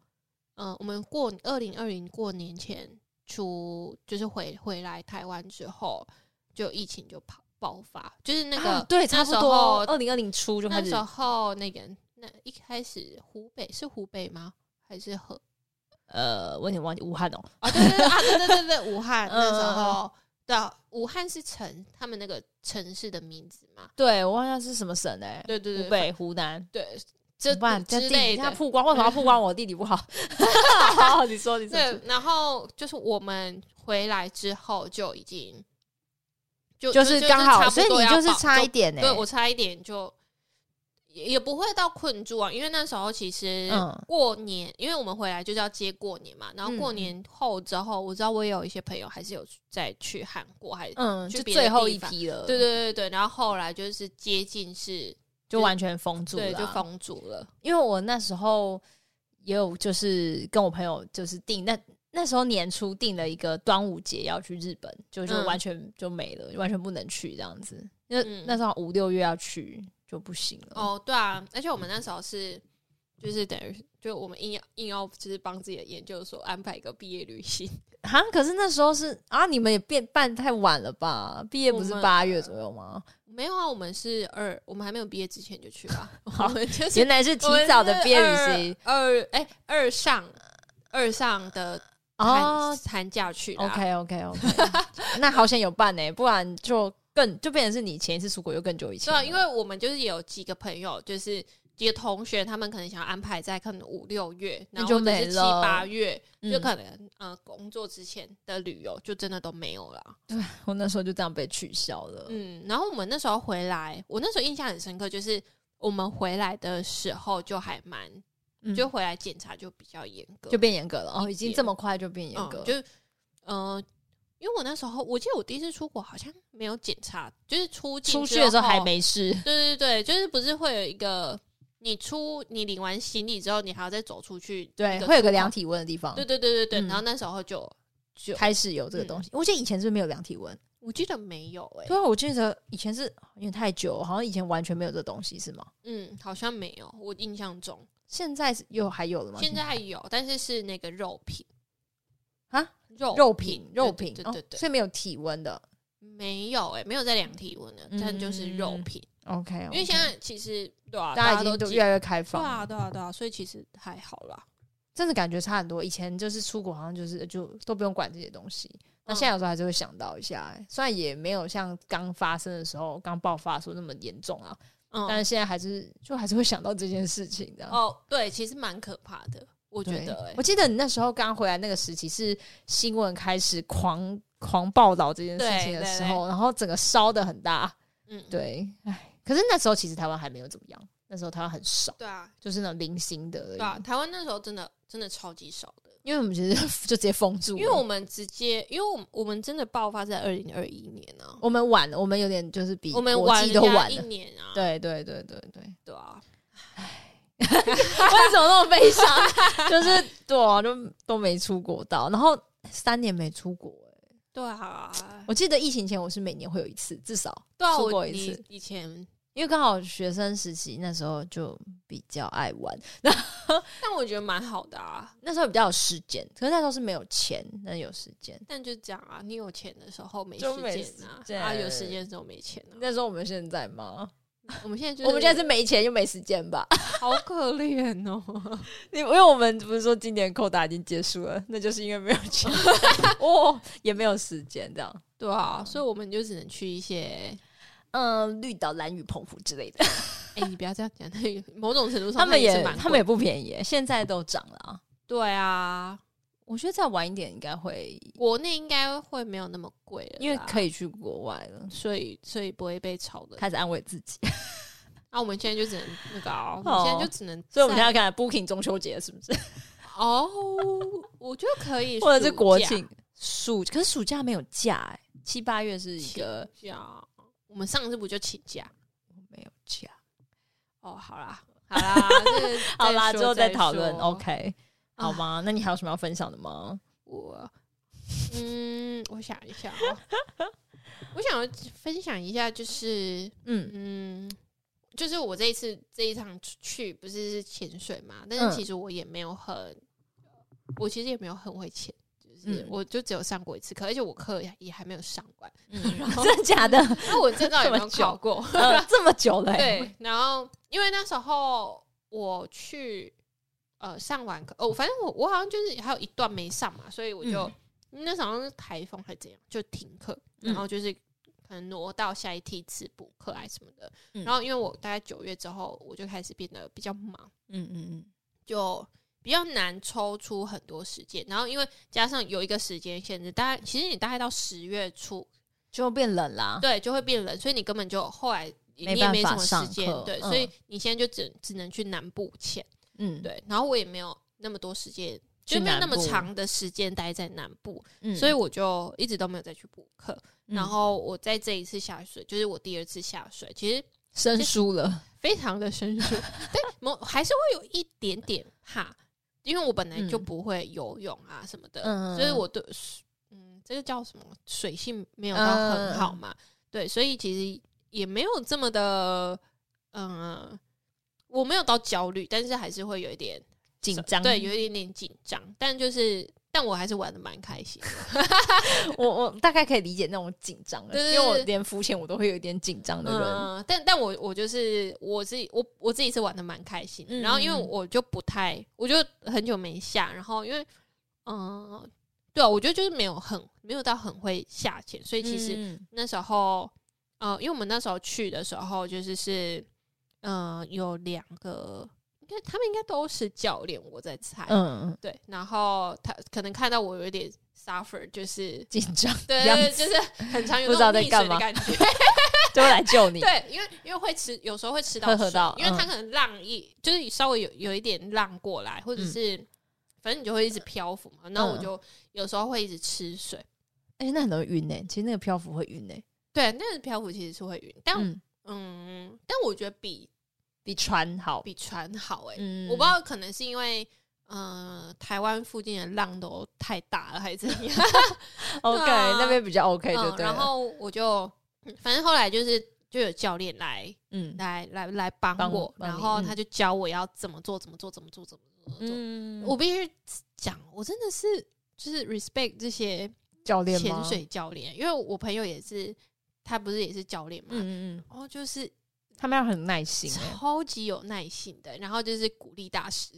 Speaker 2: 嗯、我们过二零二零过年前出，就是回回来台湾之后，就疫情就爆爆发，就是那个、
Speaker 1: 啊、对，
Speaker 2: 那
Speaker 1: 差不
Speaker 2: 时
Speaker 1: 多
Speaker 2: 候
Speaker 1: 二零二零初就开
Speaker 2: 那
Speaker 1: 始
Speaker 2: 时候那个那一开始湖北是湖北吗？还是河？
Speaker 1: 呃，我有点忘记武汉哦。
Speaker 2: 啊，对对对啊，对对对对，武汉那时
Speaker 1: 嗯嗯嗯
Speaker 2: 候。对啊，武汉是城，他们那个城市的名字嘛？
Speaker 1: 对，我忘记是什么省嘞、
Speaker 2: 对对对，
Speaker 1: 湖北、湖南，
Speaker 2: 对，
Speaker 1: 这
Speaker 2: 这
Speaker 1: 不然这
Speaker 2: 之
Speaker 1: 地
Speaker 2: 类
Speaker 1: 理
Speaker 2: 的
Speaker 1: 他，曝光，为什么要曝光我地理不好？ [LAUGHS] 好，你说，你说，
Speaker 2: 对，然后就是我们回来之后就已经就
Speaker 1: 就是刚
Speaker 2: 差
Speaker 1: 好，
Speaker 2: 不
Speaker 1: 所以
Speaker 2: 多
Speaker 1: 你
Speaker 2: 要
Speaker 1: 就是
Speaker 2: 报
Speaker 1: 差一点呢、欸
Speaker 2: 对我差一点就也也不会到困住啊，因为那时候其实
Speaker 1: 嗯
Speaker 2: 过年，因为我们回来就是要接过年嘛，然后
Speaker 1: 嗯
Speaker 2: 过年后之后，我知道我也有一些朋友还是有再去韩国，还
Speaker 1: 嗯，
Speaker 2: 去
Speaker 1: 就
Speaker 2: 别的
Speaker 1: 最后
Speaker 2: 地
Speaker 1: 一
Speaker 2: 方
Speaker 1: 批了，
Speaker 2: 对对，对对，然后后来就是接近是
Speaker 1: 就完全封住了
Speaker 2: 对
Speaker 1: 啊，
Speaker 2: 就封住了，
Speaker 1: 因为我那时候也有就是跟我朋友就是订那那时候年初订了一个端午节要去日本，就就
Speaker 2: 嗯
Speaker 1: 完全就没了，完全不能去这样子。那、
Speaker 2: 嗯
Speaker 1: 那时候五六月要去就不行了。
Speaker 2: 哦，对啊，而且我们那时候是就是等于就我们硬要硬要就是帮自己的研究所安排一个毕业旅行， [LAUGHS]
Speaker 1: 哈，可是那时候是啊，你们也变办太晚了吧？毕业不是
Speaker 2: 我们啊
Speaker 1: 八月左右吗？
Speaker 2: 没有啊，我们是二，我们还没有毕业之前就去
Speaker 1: [LAUGHS]
Speaker 2: 了，
Speaker 1: 好
Speaker 2: 我们就是
Speaker 1: 原来是提早的毕业旅
Speaker 2: [LAUGHS]
Speaker 1: 行
Speaker 2: 我们是二，二哎、二上二上的寒、
Speaker 1: 哦。
Speaker 2: 寒假去的啊、
Speaker 1: OK OK OK，那好险有办呢、不然就更就变成是你前一次出国又更久以前
Speaker 2: 对
Speaker 1: 了。
Speaker 2: 啊，因为我们就是有几个朋友，就是几个同学，他们可能想要安排在可能五六月，
Speaker 1: 那
Speaker 2: 然
Speaker 1: 就
Speaker 2: 后或者
Speaker 1: 没
Speaker 2: 是七
Speaker 1: 了
Speaker 2: 八月，就
Speaker 1: 嗯
Speaker 2: 可能呃工作之前的旅游就真的都没有
Speaker 1: 嗯
Speaker 2: 了。啊
Speaker 1: 我那时候就这样被取消了。
Speaker 2: 嗯，然后我们那时候回来，我那时候印象很深刻，就是我们回来的时候就还蛮，
Speaker 1: 嗯
Speaker 2: 就回来检查就比较严格，
Speaker 1: 就变严格了哦，已经
Speaker 2: 点
Speaker 1: 这么快就变严
Speaker 2: 嗯
Speaker 1: 格了，
Speaker 2: 就呃，因为我那时候我记得我第一次出国好像没有检查，就是出境
Speaker 1: 出
Speaker 2: 之
Speaker 1: 去的时候
Speaker 2: 后
Speaker 1: 还。没事，
Speaker 2: 对对对，就是不是会有一个你出你领完行李之后，你还要再走出去，
Speaker 1: [LAUGHS] 对
Speaker 2: 一，
Speaker 1: 会有
Speaker 2: 出口
Speaker 1: 个量。体温的地方
Speaker 2: 对，对对对对，
Speaker 1: 嗯
Speaker 2: 然后那时候就就
Speaker 1: 开始有这个东西。嗯我记得以前是不是没有量体温，
Speaker 2: 我记得没有哎、
Speaker 1: 对啊，我记得以前是因为太久了，好像以前完全没有这个东西是吗？
Speaker 2: 嗯，好像没有，我印象中
Speaker 1: 现在是有还有了吗？
Speaker 2: 现在有，但是是那个肉品
Speaker 1: 啊，
Speaker 2: 肉
Speaker 1: 肉
Speaker 2: 品
Speaker 1: 品肉品
Speaker 2: 品，对对对
Speaker 1: 哦
Speaker 2: 对
Speaker 1: 所以没有体温的。
Speaker 2: 没有哎、没有在量体温的，但就是肉
Speaker 1: 嗯
Speaker 2: 品，
Speaker 1: OK，
Speaker 2: 因为现在其实对啊，
Speaker 1: 大家已
Speaker 2: 都
Speaker 1: 经都
Speaker 2: 戒
Speaker 1: 越来越开
Speaker 2: 对
Speaker 1: 放，
Speaker 2: 啊对啊对啊，所以其实还好啦。
Speaker 1: 真的感觉差很多。以前就是出国好像就是就都不用管这些东西。那
Speaker 2: 嗯
Speaker 1: 现在有时候还是会想到一下、欸，虽然也没有像刚发生的时候、刚爆发的时候那么严重啊，
Speaker 2: 嗯，
Speaker 1: 但是现在还是就还是会想到这件事情的。
Speaker 2: 哦，对，其实蛮可怕的，我
Speaker 1: 我
Speaker 2: 觉得、欸，
Speaker 1: 我记得你那时候刚回来那个时期是新闻开始狂狂报道这件事情的时
Speaker 2: 对
Speaker 1: 候，然后整个烧的很大。
Speaker 2: 嗯，
Speaker 1: 对，哎，可是那时候其实台湾还没有怎么样，那时候台湾很少，
Speaker 2: 对啊，
Speaker 1: 就是那种零星的而已
Speaker 2: 对啊，台湾那时候真的真的超级少的，
Speaker 1: 因为我们其实就直接封住了，
Speaker 2: 因为我们直接，因为我们我们真的爆发在二零二一年啊，
Speaker 1: 我们晚了，我们有点就是比
Speaker 2: 我们
Speaker 1: 国
Speaker 2: 晚
Speaker 1: 际
Speaker 2: 人
Speaker 1: 都
Speaker 2: 家
Speaker 1: 晚
Speaker 2: 一
Speaker 1: 了。
Speaker 2: 年啊，
Speaker 1: 对对对对
Speaker 2: [LAUGHS]
Speaker 1: 对，
Speaker 2: 对啊，
Speaker 1: 为什么那么悲伤？ [LAUGHS] 就是对啊，就都没出国到，然后三年没出国、欸
Speaker 2: 对啊，
Speaker 1: 我记得疫情前我是每年会有一次，至少，
Speaker 2: 对啊，
Speaker 1: 出国
Speaker 2: 我
Speaker 1: 一次
Speaker 2: 你以前，
Speaker 1: 因为刚好学生时期那时候就比较爱玩，
Speaker 2: 但我觉得蛮好的啊，
Speaker 1: 那时候比较有时间，可是那时候是没有钱，但有时间。
Speaker 2: 但就这样啊，你有钱的时候没时
Speaker 1: 就没
Speaker 2: 间啊
Speaker 1: 时，间
Speaker 2: 啊有时间的时候没钱
Speaker 1: [LAUGHS]
Speaker 2: 啊，
Speaker 1: 那时候我们现在吗？
Speaker 2: 我们现在就是
Speaker 1: 我们现在是没钱又没时间 [LAUGHS] 吧？
Speaker 2: 好可怜
Speaker 1: [LAUGHS]
Speaker 2: 哦，
Speaker 1: 因为我们不是说今年扣打已经结束了，那就是因为没有 [LAUGHS] 钱哦，也没有时间这样。
Speaker 2: 对啊，所以我们就只能去一些。
Speaker 1: 嗯，绿岛、蓝屿、澎湖之类的，
Speaker 2: 哎、你不要这样讲， [LAUGHS] 那个某种程度上
Speaker 1: 他们
Speaker 2: 也
Speaker 1: 也
Speaker 2: 是蛮
Speaker 1: 他们
Speaker 2: 贵
Speaker 1: 也不便宜，现在都涨了啊。
Speaker 2: 对啊，
Speaker 1: 我觉得再晚一点应该会，
Speaker 2: 国内应该会没有那么贵了啦，
Speaker 1: 因为可
Speaker 2: 以，
Speaker 1: 以去国外了，
Speaker 2: 所以所以不会被炒的。
Speaker 1: 开始安慰自己。
Speaker 2: 那、我们现在就只能那个、啊，我
Speaker 1: 哦
Speaker 2: 们现在就只能在，
Speaker 1: 所以我们现在看 Booking 中秋节是不是？
Speaker 2: 哦，我觉得可以，
Speaker 1: [LAUGHS] 或者是
Speaker 2: 暑
Speaker 1: 国
Speaker 2: 假
Speaker 1: 庆暑，可是暑假没有假哎、七八月是一个
Speaker 2: 假。我们上次不就请假？
Speaker 1: 没有假。
Speaker 2: 哦，好啦，好
Speaker 1: [LAUGHS]
Speaker 2: 啦，这个
Speaker 1: 好啦，
Speaker 2: 说
Speaker 1: 之后再
Speaker 2: 说
Speaker 1: 讨论。OK，
Speaker 2: 啊
Speaker 1: 好吗？ [LAUGHS] 那你还有什么要分享的吗？
Speaker 2: 我嗯，我想一下哦， [LAUGHS] 我想要分享一下，就是
Speaker 1: 嗯
Speaker 2: 嗯，就是我这一次这一趟出去不是是潜水嘛，但
Speaker 1: 嗯
Speaker 2: 是其实我也没有很，我其实也没有很会潜，就是
Speaker 1: 嗯
Speaker 2: 我就只有上过一次课，而且我课也还没有上完，
Speaker 1: 嗯，
Speaker 2: [LAUGHS] 然后
Speaker 1: 真的假的？
Speaker 2: 那我证照也没有
Speaker 1: 这么久
Speaker 2: 考过，
Speaker 1: [LAUGHS] 呃 [LAUGHS] 这么久了、欸，
Speaker 2: 对，然后因为那时候我去呃上完课，哦，反正我我好像就是还有一段没上嘛，所以我就、那时候好像是台风还是怎样，就停课，然后就是可能挪到下一梯次补课还是什么的。
Speaker 1: 嗯
Speaker 2: 然后因为我大概九月之后，我就开始变得比较忙，
Speaker 1: 嗯嗯
Speaker 2: 就比较难抽出很多时间。然后因为加上有一个时间限制，大概其实你大概到十月初，
Speaker 1: 就变冷啦。
Speaker 2: 对，就会变冷，所以你根本就后来你
Speaker 1: 没
Speaker 2: 也没
Speaker 1: 办法
Speaker 2: 什么时
Speaker 1: 上
Speaker 2: 间
Speaker 1: 课，
Speaker 2: 对，
Speaker 1: 嗯
Speaker 2: 所以你现在就只只能去南部潜，
Speaker 1: 嗯，
Speaker 2: 对。然后我也没有那么多时间，就
Speaker 1: 去
Speaker 2: 没有那
Speaker 1: 南
Speaker 2: 么
Speaker 1: 部
Speaker 2: 长的时间待在南部，
Speaker 1: 嗯，
Speaker 2: 所以我就一直都没有再去补课。
Speaker 1: 嗯
Speaker 2: 然后我在这一次下水，就是我第二次下水，其实
Speaker 1: 生疏了，
Speaker 2: 非常的
Speaker 1: [LAUGHS]
Speaker 2: 生疏，但某还是会有一点点怕，因为我本来就
Speaker 1: 嗯
Speaker 2: 不会游泳啊什么的，
Speaker 1: 嗯
Speaker 2: 所以我对嗯这个叫什么水性没有到很
Speaker 1: 嗯
Speaker 2: 好嘛，对，所以其实也没有这么的嗯、呃我没有到焦虑，但是还是会有一点
Speaker 1: 紧张。
Speaker 2: 对，有一点点紧张，但就是但我还是玩的蛮开心的，
Speaker 1: 我我大概可以理解那种紧张了，
Speaker 2: 对对
Speaker 1: 因为我
Speaker 2: 对
Speaker 1: 连浮潜我都会有一点紧张的人。
Speaker 2: 嗯、但但我我就是我自己，我我自己是玩的蛮开心的。
Speaker 1: 嗯
Speaker 2: 然后因为我就不太，我就很久没下，然后因为嗯、对啊，我觉得就是没有很没有到很会下潜，所以其实
Speaker 1: 嗯
Speaker 2: 那时候、呃，因为我们那时候去的时候就是是嗯、呃有两个，应该他们应该都是教练，我在猜。
Speaker 1: 嗯嗯
Speaker 2: 对，然后他可能看到我有一点 suffer，就是
Speaker 1: [LAUGHS] 紧张，
Speaker 2: 对
Speaker 1: 样
Speaker 2: 对，
Speaker 1: 子
Speaker 2: 就是很常有
Speaker 1: 不知道
Speaker 2: 那种
Speaker 1: 在干
Speaker 2: 溺水的
Speaker 1: 嘛
Speaker 2: 感觉。
Speaker 1: [LAUGHS] 就会来救你。
Speaker 2: 对，因为因为会吃，有时候会吃到
Speaker 1: 会
Speaker 2: 水，
Speaker 1: 喝到
Speaker 2: 因为它
Speaker 1: 嗯
Speaker 2: 可能浪一就是稍微有有一点浪过来，或者
Speaker 1: 嗯
Speaker 2: 是、反正你就会一直漂浮嘛。然后我
Speaker 1: 嗯
Speaker 2: 就有时候会一直吃水，
Speaker 1: 而且那很容易晕呢、其实那个漂浮会晕呢、
Speaker 2: 对，那个漂浮其实是会晕，但嗯
Speaker 1: 嗯，
Speaker 2: 但我觉得比
Speaker 1: 比船好。
Speaker 2: 比船好哎、
Speaker 1: 嗯
Speaker 2: 我不知道可能是因为。呃，台湾附近的浪都太大了，还是怎样？
Speaker 1: OK，、
Speaker 2: 对啊
Speaker 1: 那边比较 OK 就 [LAUGHS]
Speaker 2: 嗯
Speaker 1: 对了。
Speaker 2: 然后我就，反正后来就是就有教练来
Speaker 1: 嗯
Speaker 2: 来来来帮
Speaker 1: 帮
Speaker 2: 我，
Speaker 1: 帮
Speaker 2: 然
Speaker 1: 你
Speaker 2: 后
Speaker 1: 嗯
Speaker 2: 他就教我要怎么做，怎么做，怎么做，怎么做，怎么做。
Speaker 1: 嗯，
Speaker 2: 我必须讲，我真的是就是 respect 这些
Speaker 1: 教练吗
Speaker 2: 潜，水教练，因为我朋友也是，他不是也是教练嘛，
Speaker 1: 嗯嗯嗯，
Speaker 2: 然后就是
Speaker 1: 他们要很耐
Speaker 2: [LAUGHS]
Speaker 1: 心、欸。
Speaker 2: 超级有耐心的，然后就是鼓励大师，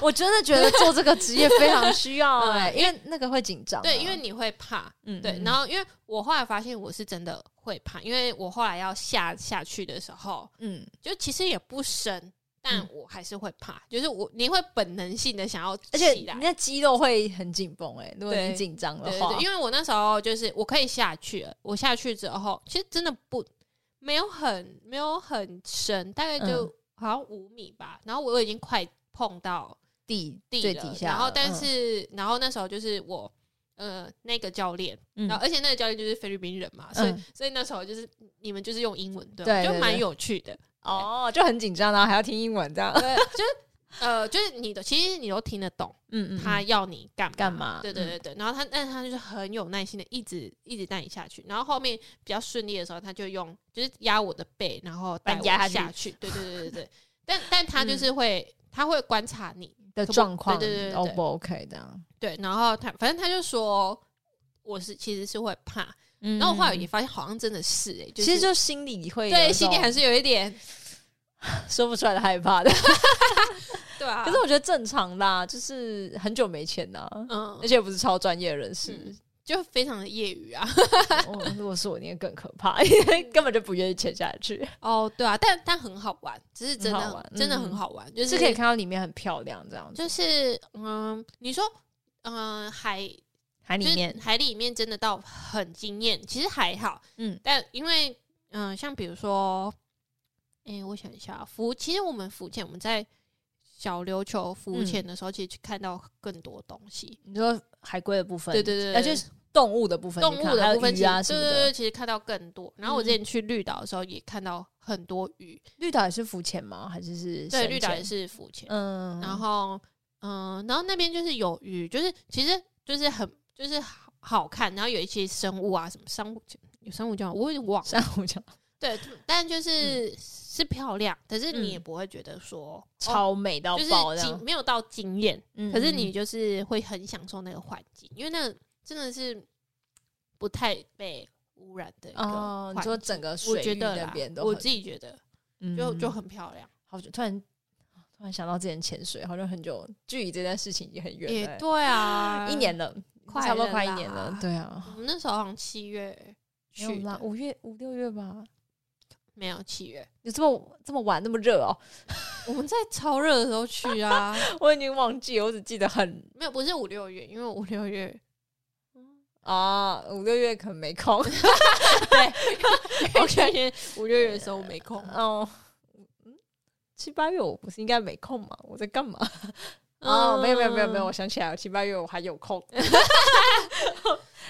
Speaker 1: 我真的觉得做这个职业非常需 [LAUGHS] 要哎、
Speaker 2: 嗯
Speaker 1: 因为那个会紧张啊、
Speaker 2: 对，因为你会怕，
Speaker 1: 嗯
Speaker 2: 对，然后因为我后来发现我是真的会怕，因为我后来要下下去的时候，
Speaker 1: 嗯，
Speaker 2: 就其实也不深。但
Speaker 1: 嗯
Speaker 2: 我还是会怕，就是我你会本能性的想要
Speaker 1: 而且
Speaker 2: 起来
Speaker 1: 你，那肌肉会很紧绷哎，如果
Speaker 2: 对
Speaker 1: 你紧张的
Speaker 2: 对
Speaker 1: 话，
Speaker 2: 对，因为我那时候就是我可以下去了，我下去之后，其实真的不没有很没有很深，大概就
Speaker 1: 嗯
Speaker 2: 好像五米吧。然后我已经快碰到
Speaker 1: 地
Speaker 2: 地
Speaker 1: 最
Speaker 2: 了，
Speaker 1: 底下了，
Speaker 2: 然后但
Speaker 1: 嗯
Speaker 2: 是、然后那时候就是我呃那个教练，
Speaker 1: 嗯
Speaker 2: 然后而且那个教练就是菲律宾人嘛，所以、
Speaker 1: 嗯
Speaker 2: 所以那时候就是你们就是用英文对吧，
Speaker 1: 对对
Speaker 2: 就蛮
Speaker 1: 对
Speaker 2: 有
Speaker 1: [LAUGHS]
Speaker 2: 趣的。
Speaker 1: 哦，就很紧张，然后还要听英文这样。
Speaker 2: 对，就是呃，就是你的其实你都听得懂。
Speaker 1: 嗯
Speaker 2: 他要你干
Speaker 1: 干嘛嗯
Speaker 2: 对对对对，然后他，但他就是很有耐心的，一直一直带你下去。然后后面比较顺利的时候，他就用就是压我的背，然后带
Speaker 1: 把
Speaker 2: 我
Speaker 1: 你压下去嗯
Speaker 2: 下去。对对对对对，但但他就是会，他会观察你，
Speaker 1: 的
Speaker 2: 可不
Speaker 1: 状况
Speaker 2: 对对对对
Speaker 1: O 不 OK 这样。
Speaker 2: 对，然后他反正他就说我是其实是会怕，
Speaker 1: 然
Speaker 2: 然后我后来也发现好像真的是哎、欸，
Speaker 1: 其
Speaker 2: 是
Speaker 1: 实就心里会有一
Speaker 2: 对
Speaker 1: 种
Speaker 2: 心里还是有一点
Speaker 1: 说不出来的害怕的，
Speaker 2: 对
Speaker 1: [LAUGHS]
Speaker 2: 啊，
Speaker 1: 可是我觉得正常啦，就是很久没钱啦，
Speaker 2: 嗯
Speaker 1: 而且不是超专业人士。
Speaker 2: 嗯就非常的业余啊，
Speaker 1: 我如果是我，应该更可 [LAUGHS]
Speaker 2: [LAUGHS]
Speaker 1: 怕，因为根本就不愿意潜下去。
Speaker 2: 哦对啊，但但很好玩，只是真的
Speaker 1: 很好玩
Speaker 2: 真的很
Speaker 1: 嗯
Speaker 2: 好玩，就
Speaker 1: 就是可以看到里面很漂亮，这样子
Speaker 2: 就是嗯，你说嗯海
Speaker 1: 海
Speaker 2: 就是
Speaker 1: 里面，
Speaker 2: 海里面真的到很惊艳，其实还好，
Speaker 1: 嗯
Speaker 2: 但因为嗯、像比如说，哎、我想一下啊，浮，其实我们浮潜，我们在小琉球浮
Speaker 1: 嗯
Speaker 2: 潜的时候，其实去看到更多东西，
Speaker 1: 你说海龟的部分，
Speaker 2: 对对对，
Speaker 1: 而且动物的部分，
Speaker 2: 动
Speaker 1: 你
Speaker 2: 物
Speaker 1: 看
Speaker 2: 的部分
Speaker 1: 还有鱼
Speaker 2: 其实，
Speaker 1: 啊什
Speaker 2: 对
Speaker 1: 么
Speaker 2: 对
Speaker 1: 的。嗯
Speaker 2: 对，其实看到更多。然后我之前去绿岛的时候，也看到很多鱼，
Speaker 1: 绿岛也是浮潜吗？还是是
Speaker 2: 对，
Speaker 1: 深
Speaker 2: 绿岛
Speaker 1: 潜
Speaker 2: 也，是浮潜，
Speaker 1: 嗯，
Speaker 2: 然后嗯、然后那边就是有鱼，就是其实就是很就是好好看，然后有一些生物啊，什么生物有生物叫我有点忘了，
Speaker 1: 珊瑚礁
Speaker 2: 对，但就是、是漂亮，可是你也
Speaker 1: 嗯
Speaker 2: 不会觉得说、哦
Speaker 1: 超美到
Speaker 2: 就是
Speaker 1: 爆这样
Speaker 2: 惊，没有到惊艳，
Speaker 1: 嗯
Speaker 2: 可是你就是会很享受那个环境，因为那个真的是不太被污染的一个
Speaker 1: 哦，你
Speaker 2: 环
Speaker 1: 说
Speaker 2: 境
Speaker 1: 整个
Speaker 2: 我
Speaker 1: 水
Speaker 2: 觉
Speaker 1: 域
Speaker 2: 得
Speaker 1: 那
Speaker 2: 啦
Speaker 1: 边，都
Speaker 2: 我
Speaker 1: 很
Speaker 2: 自己觉得
Speaker 1: 嗯
Speaker 2: 就就很漂亮，
Speaker 1: 好久，突然突然想到之前潜水，好像很久，距离这件事情已经很远
Speaker 2: 也
Speaker 1: 了欸、
Speaker 2: 对啊，
Speaker 1: 一年了，
Speaker 2: 快
Speaker 1: 差不多
Speaker 2: 了
Speaker 1: 快一年
Speaker 2: 啦
Speaker 1: 了，对啊，
Speaker 2: 我们那时候好像七月
Speaker 1: 没有
Speaker 2: 去
Speaker 1: 啦，
Speaker 2: 的，
Speaker 1: 五月五六月吧，
Speaker 2: 没有七月，
Speaker 1: 有这么这么晚那么热哦、 [LAUGHS]
Speaker 2: 我们在超热的时候去啊， [LAUGHS]
Speaker 1: 我已经忘记了，我只记得很 [LAUGHS]
Speaker 2: 没有，不是五六月，因为五六月
Speaker 1: 啊，五六月可能没 [LAUGHS] 空。
Speaker 2: 我感觉五六月的时候我没空。
Speaker 1: 哦，嗯，七八月我不是应该没空吗？我在干嘛？ [LAUGHS] 哦，没有没有没有没有，
Speaker 2: 嗯
Speaker 1: 我想起来了，七八月我还有 [LAUGHS] 空。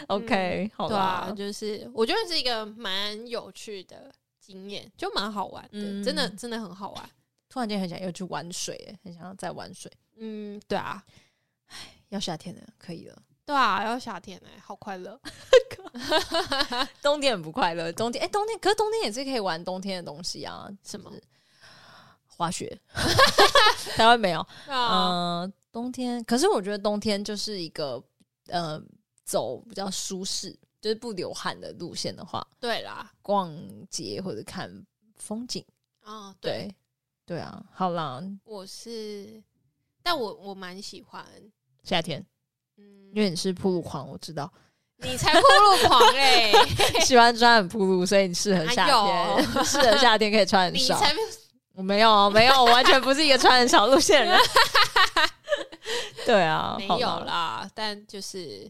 Speaker 1: OK，、好
Speaker 2: 对啊，
Speaker 1: 吧，
Speaker 2: 就是我觉得是一个蛮有趣的经验，就蛮好玩的，
Speaker 1: 嗯
Speaker 2: 真的真的很好玩。
Speaker 1: 突然间很想要去玩水耶，很想要再玩水。
Speaker 2: 嗯，对啊，
Speaker 1: 要夏天了，可以了。
Speaker 2: 对啊，要夏天哎、好
Speaker 1: [LAUGHS]
Speaker 2: 快乐。
Speaker 1: 冬天很不快乐，冬天哎、冬天可是冬天也是可以玩冬天的东西啊，
Speaker 2: 什么
Speaker 1: 就是滑 [LAUGHS] 雪？台湾没 [LAUGHS] 有，
Speaker 2: 啊？
Speaker 1: 嗯，冬天，可是我觉得冬天就是一个呃，走比较舒适，就是不流汗的路线的话，
Speaker 2: 对啦，
Speaker 1: 逛街或者看风景，
Speaker 2: 啊、对，
Speaker 1: 对对啊，好啦，
Speaker 2: 我是，但我我蛮喜欢，
Speaker 1: 夏天，
Speaker 2: 嗯，
Speaker 1: 因为你是铺路狂，我知道
Speaker 2: 你才铺路狂哎、
Speaker 1: 喜欢穿很铺路，所以你适合夏
Speaker 2: 哪
Speaker 1: 天， [LAUGHS] 适合夏天可以穿 [LAUGHS] 很
Speaker 2: 你
Speaker 1: 少。
Speaker 2: 才没有
Speaker 1: 我没有哦，没有，我完全不是一个穿很少路线
Speaker 2: [LAUGHS]
Speaker 1: 的人。对啊，
Speaker 2: 没
Speaker 1: 好
Speaker 2: 有啦，但就是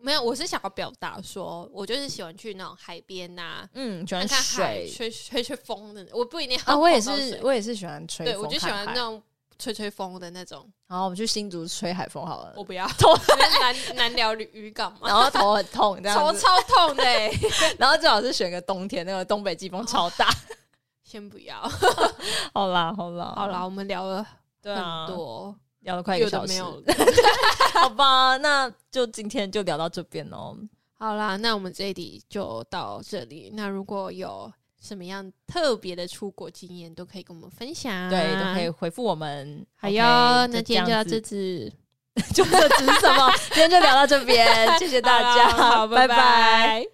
Speaker 2: 没有，我是想要表达说，我就是喜欢去那种海边呐、
Speaker 1: 嗯，喜
Speaker 2: 看
Speaker 1: 欢
Speaker 2: 看海，
Speaker 1: 水
Speaker 2: 吹吹吹风的，我不一定要
Speaker 1: 啊，我也
Speaker 2: 碰到
Speaker 1: 是
Speaker 2: 水，
Speaker 1: 我也是喜欢吹
Speaker 2: 对
Speaker 1: 风
Speaker 2: 我就喜
Speaker 1: 看
Speaker 2: 欢
Speaker 1: 海
Speaker 2: 那种吹吹风的那种，
Speaker 1: 然后我们去新竹吹海风好了，
Speaker 2: 我
Speaker 1: [LAUGHS]
Speaker 2: 不要，
Speaker 1: 痛
Speaker 2: 因为南南寮渔渔港嘛，
Speaker 1: 然后头很痛 [LAUGHS] 这
Speaker 2: 头
Speaker 1: 样子，
Speaker 2: 超痛的、哦欸，
Speaker 1: 然后最好是选个冬天，那个东北季风超大。
Speaker 2: 先不要，
Speaker 1: 好啦，好啦，
Speaker 2: 好啦，，我们聊了
Speaker 1: 对
Speaker 2: 很
Speaker 1: 啊，
Speaker 2: 多，
Speaker 1: 聊了快一
Speaker 2: 有
Speaker 1: 个小
Speaker 2: 的没
Speaker 1: 时， [LAUGHS]
Speaker 2: 有的，
Speaker 1: 好吧，那就今天就聊到这边哦。
Speaker 2: 好啦，那我们这一集就到这里，那如果有。什么样特别的出国经验都可以跟我们分享，
Speaker 1: 对，都可以。回复我们。
Speaker 2: 啊好哟
Speaker 1: OK，
Speaker 2: 那今天就到
Speaker 1: 样
Speaker 2: 这
Speaker 1: 子，
Speaker 2: 子，
Speaker 1: [LAUGHS] 就这只是什么？今天就聊到这边，谢谢大家，
Speaker 2: 好啦好拜
Speaker 1: 拜
Speaker 2: 拜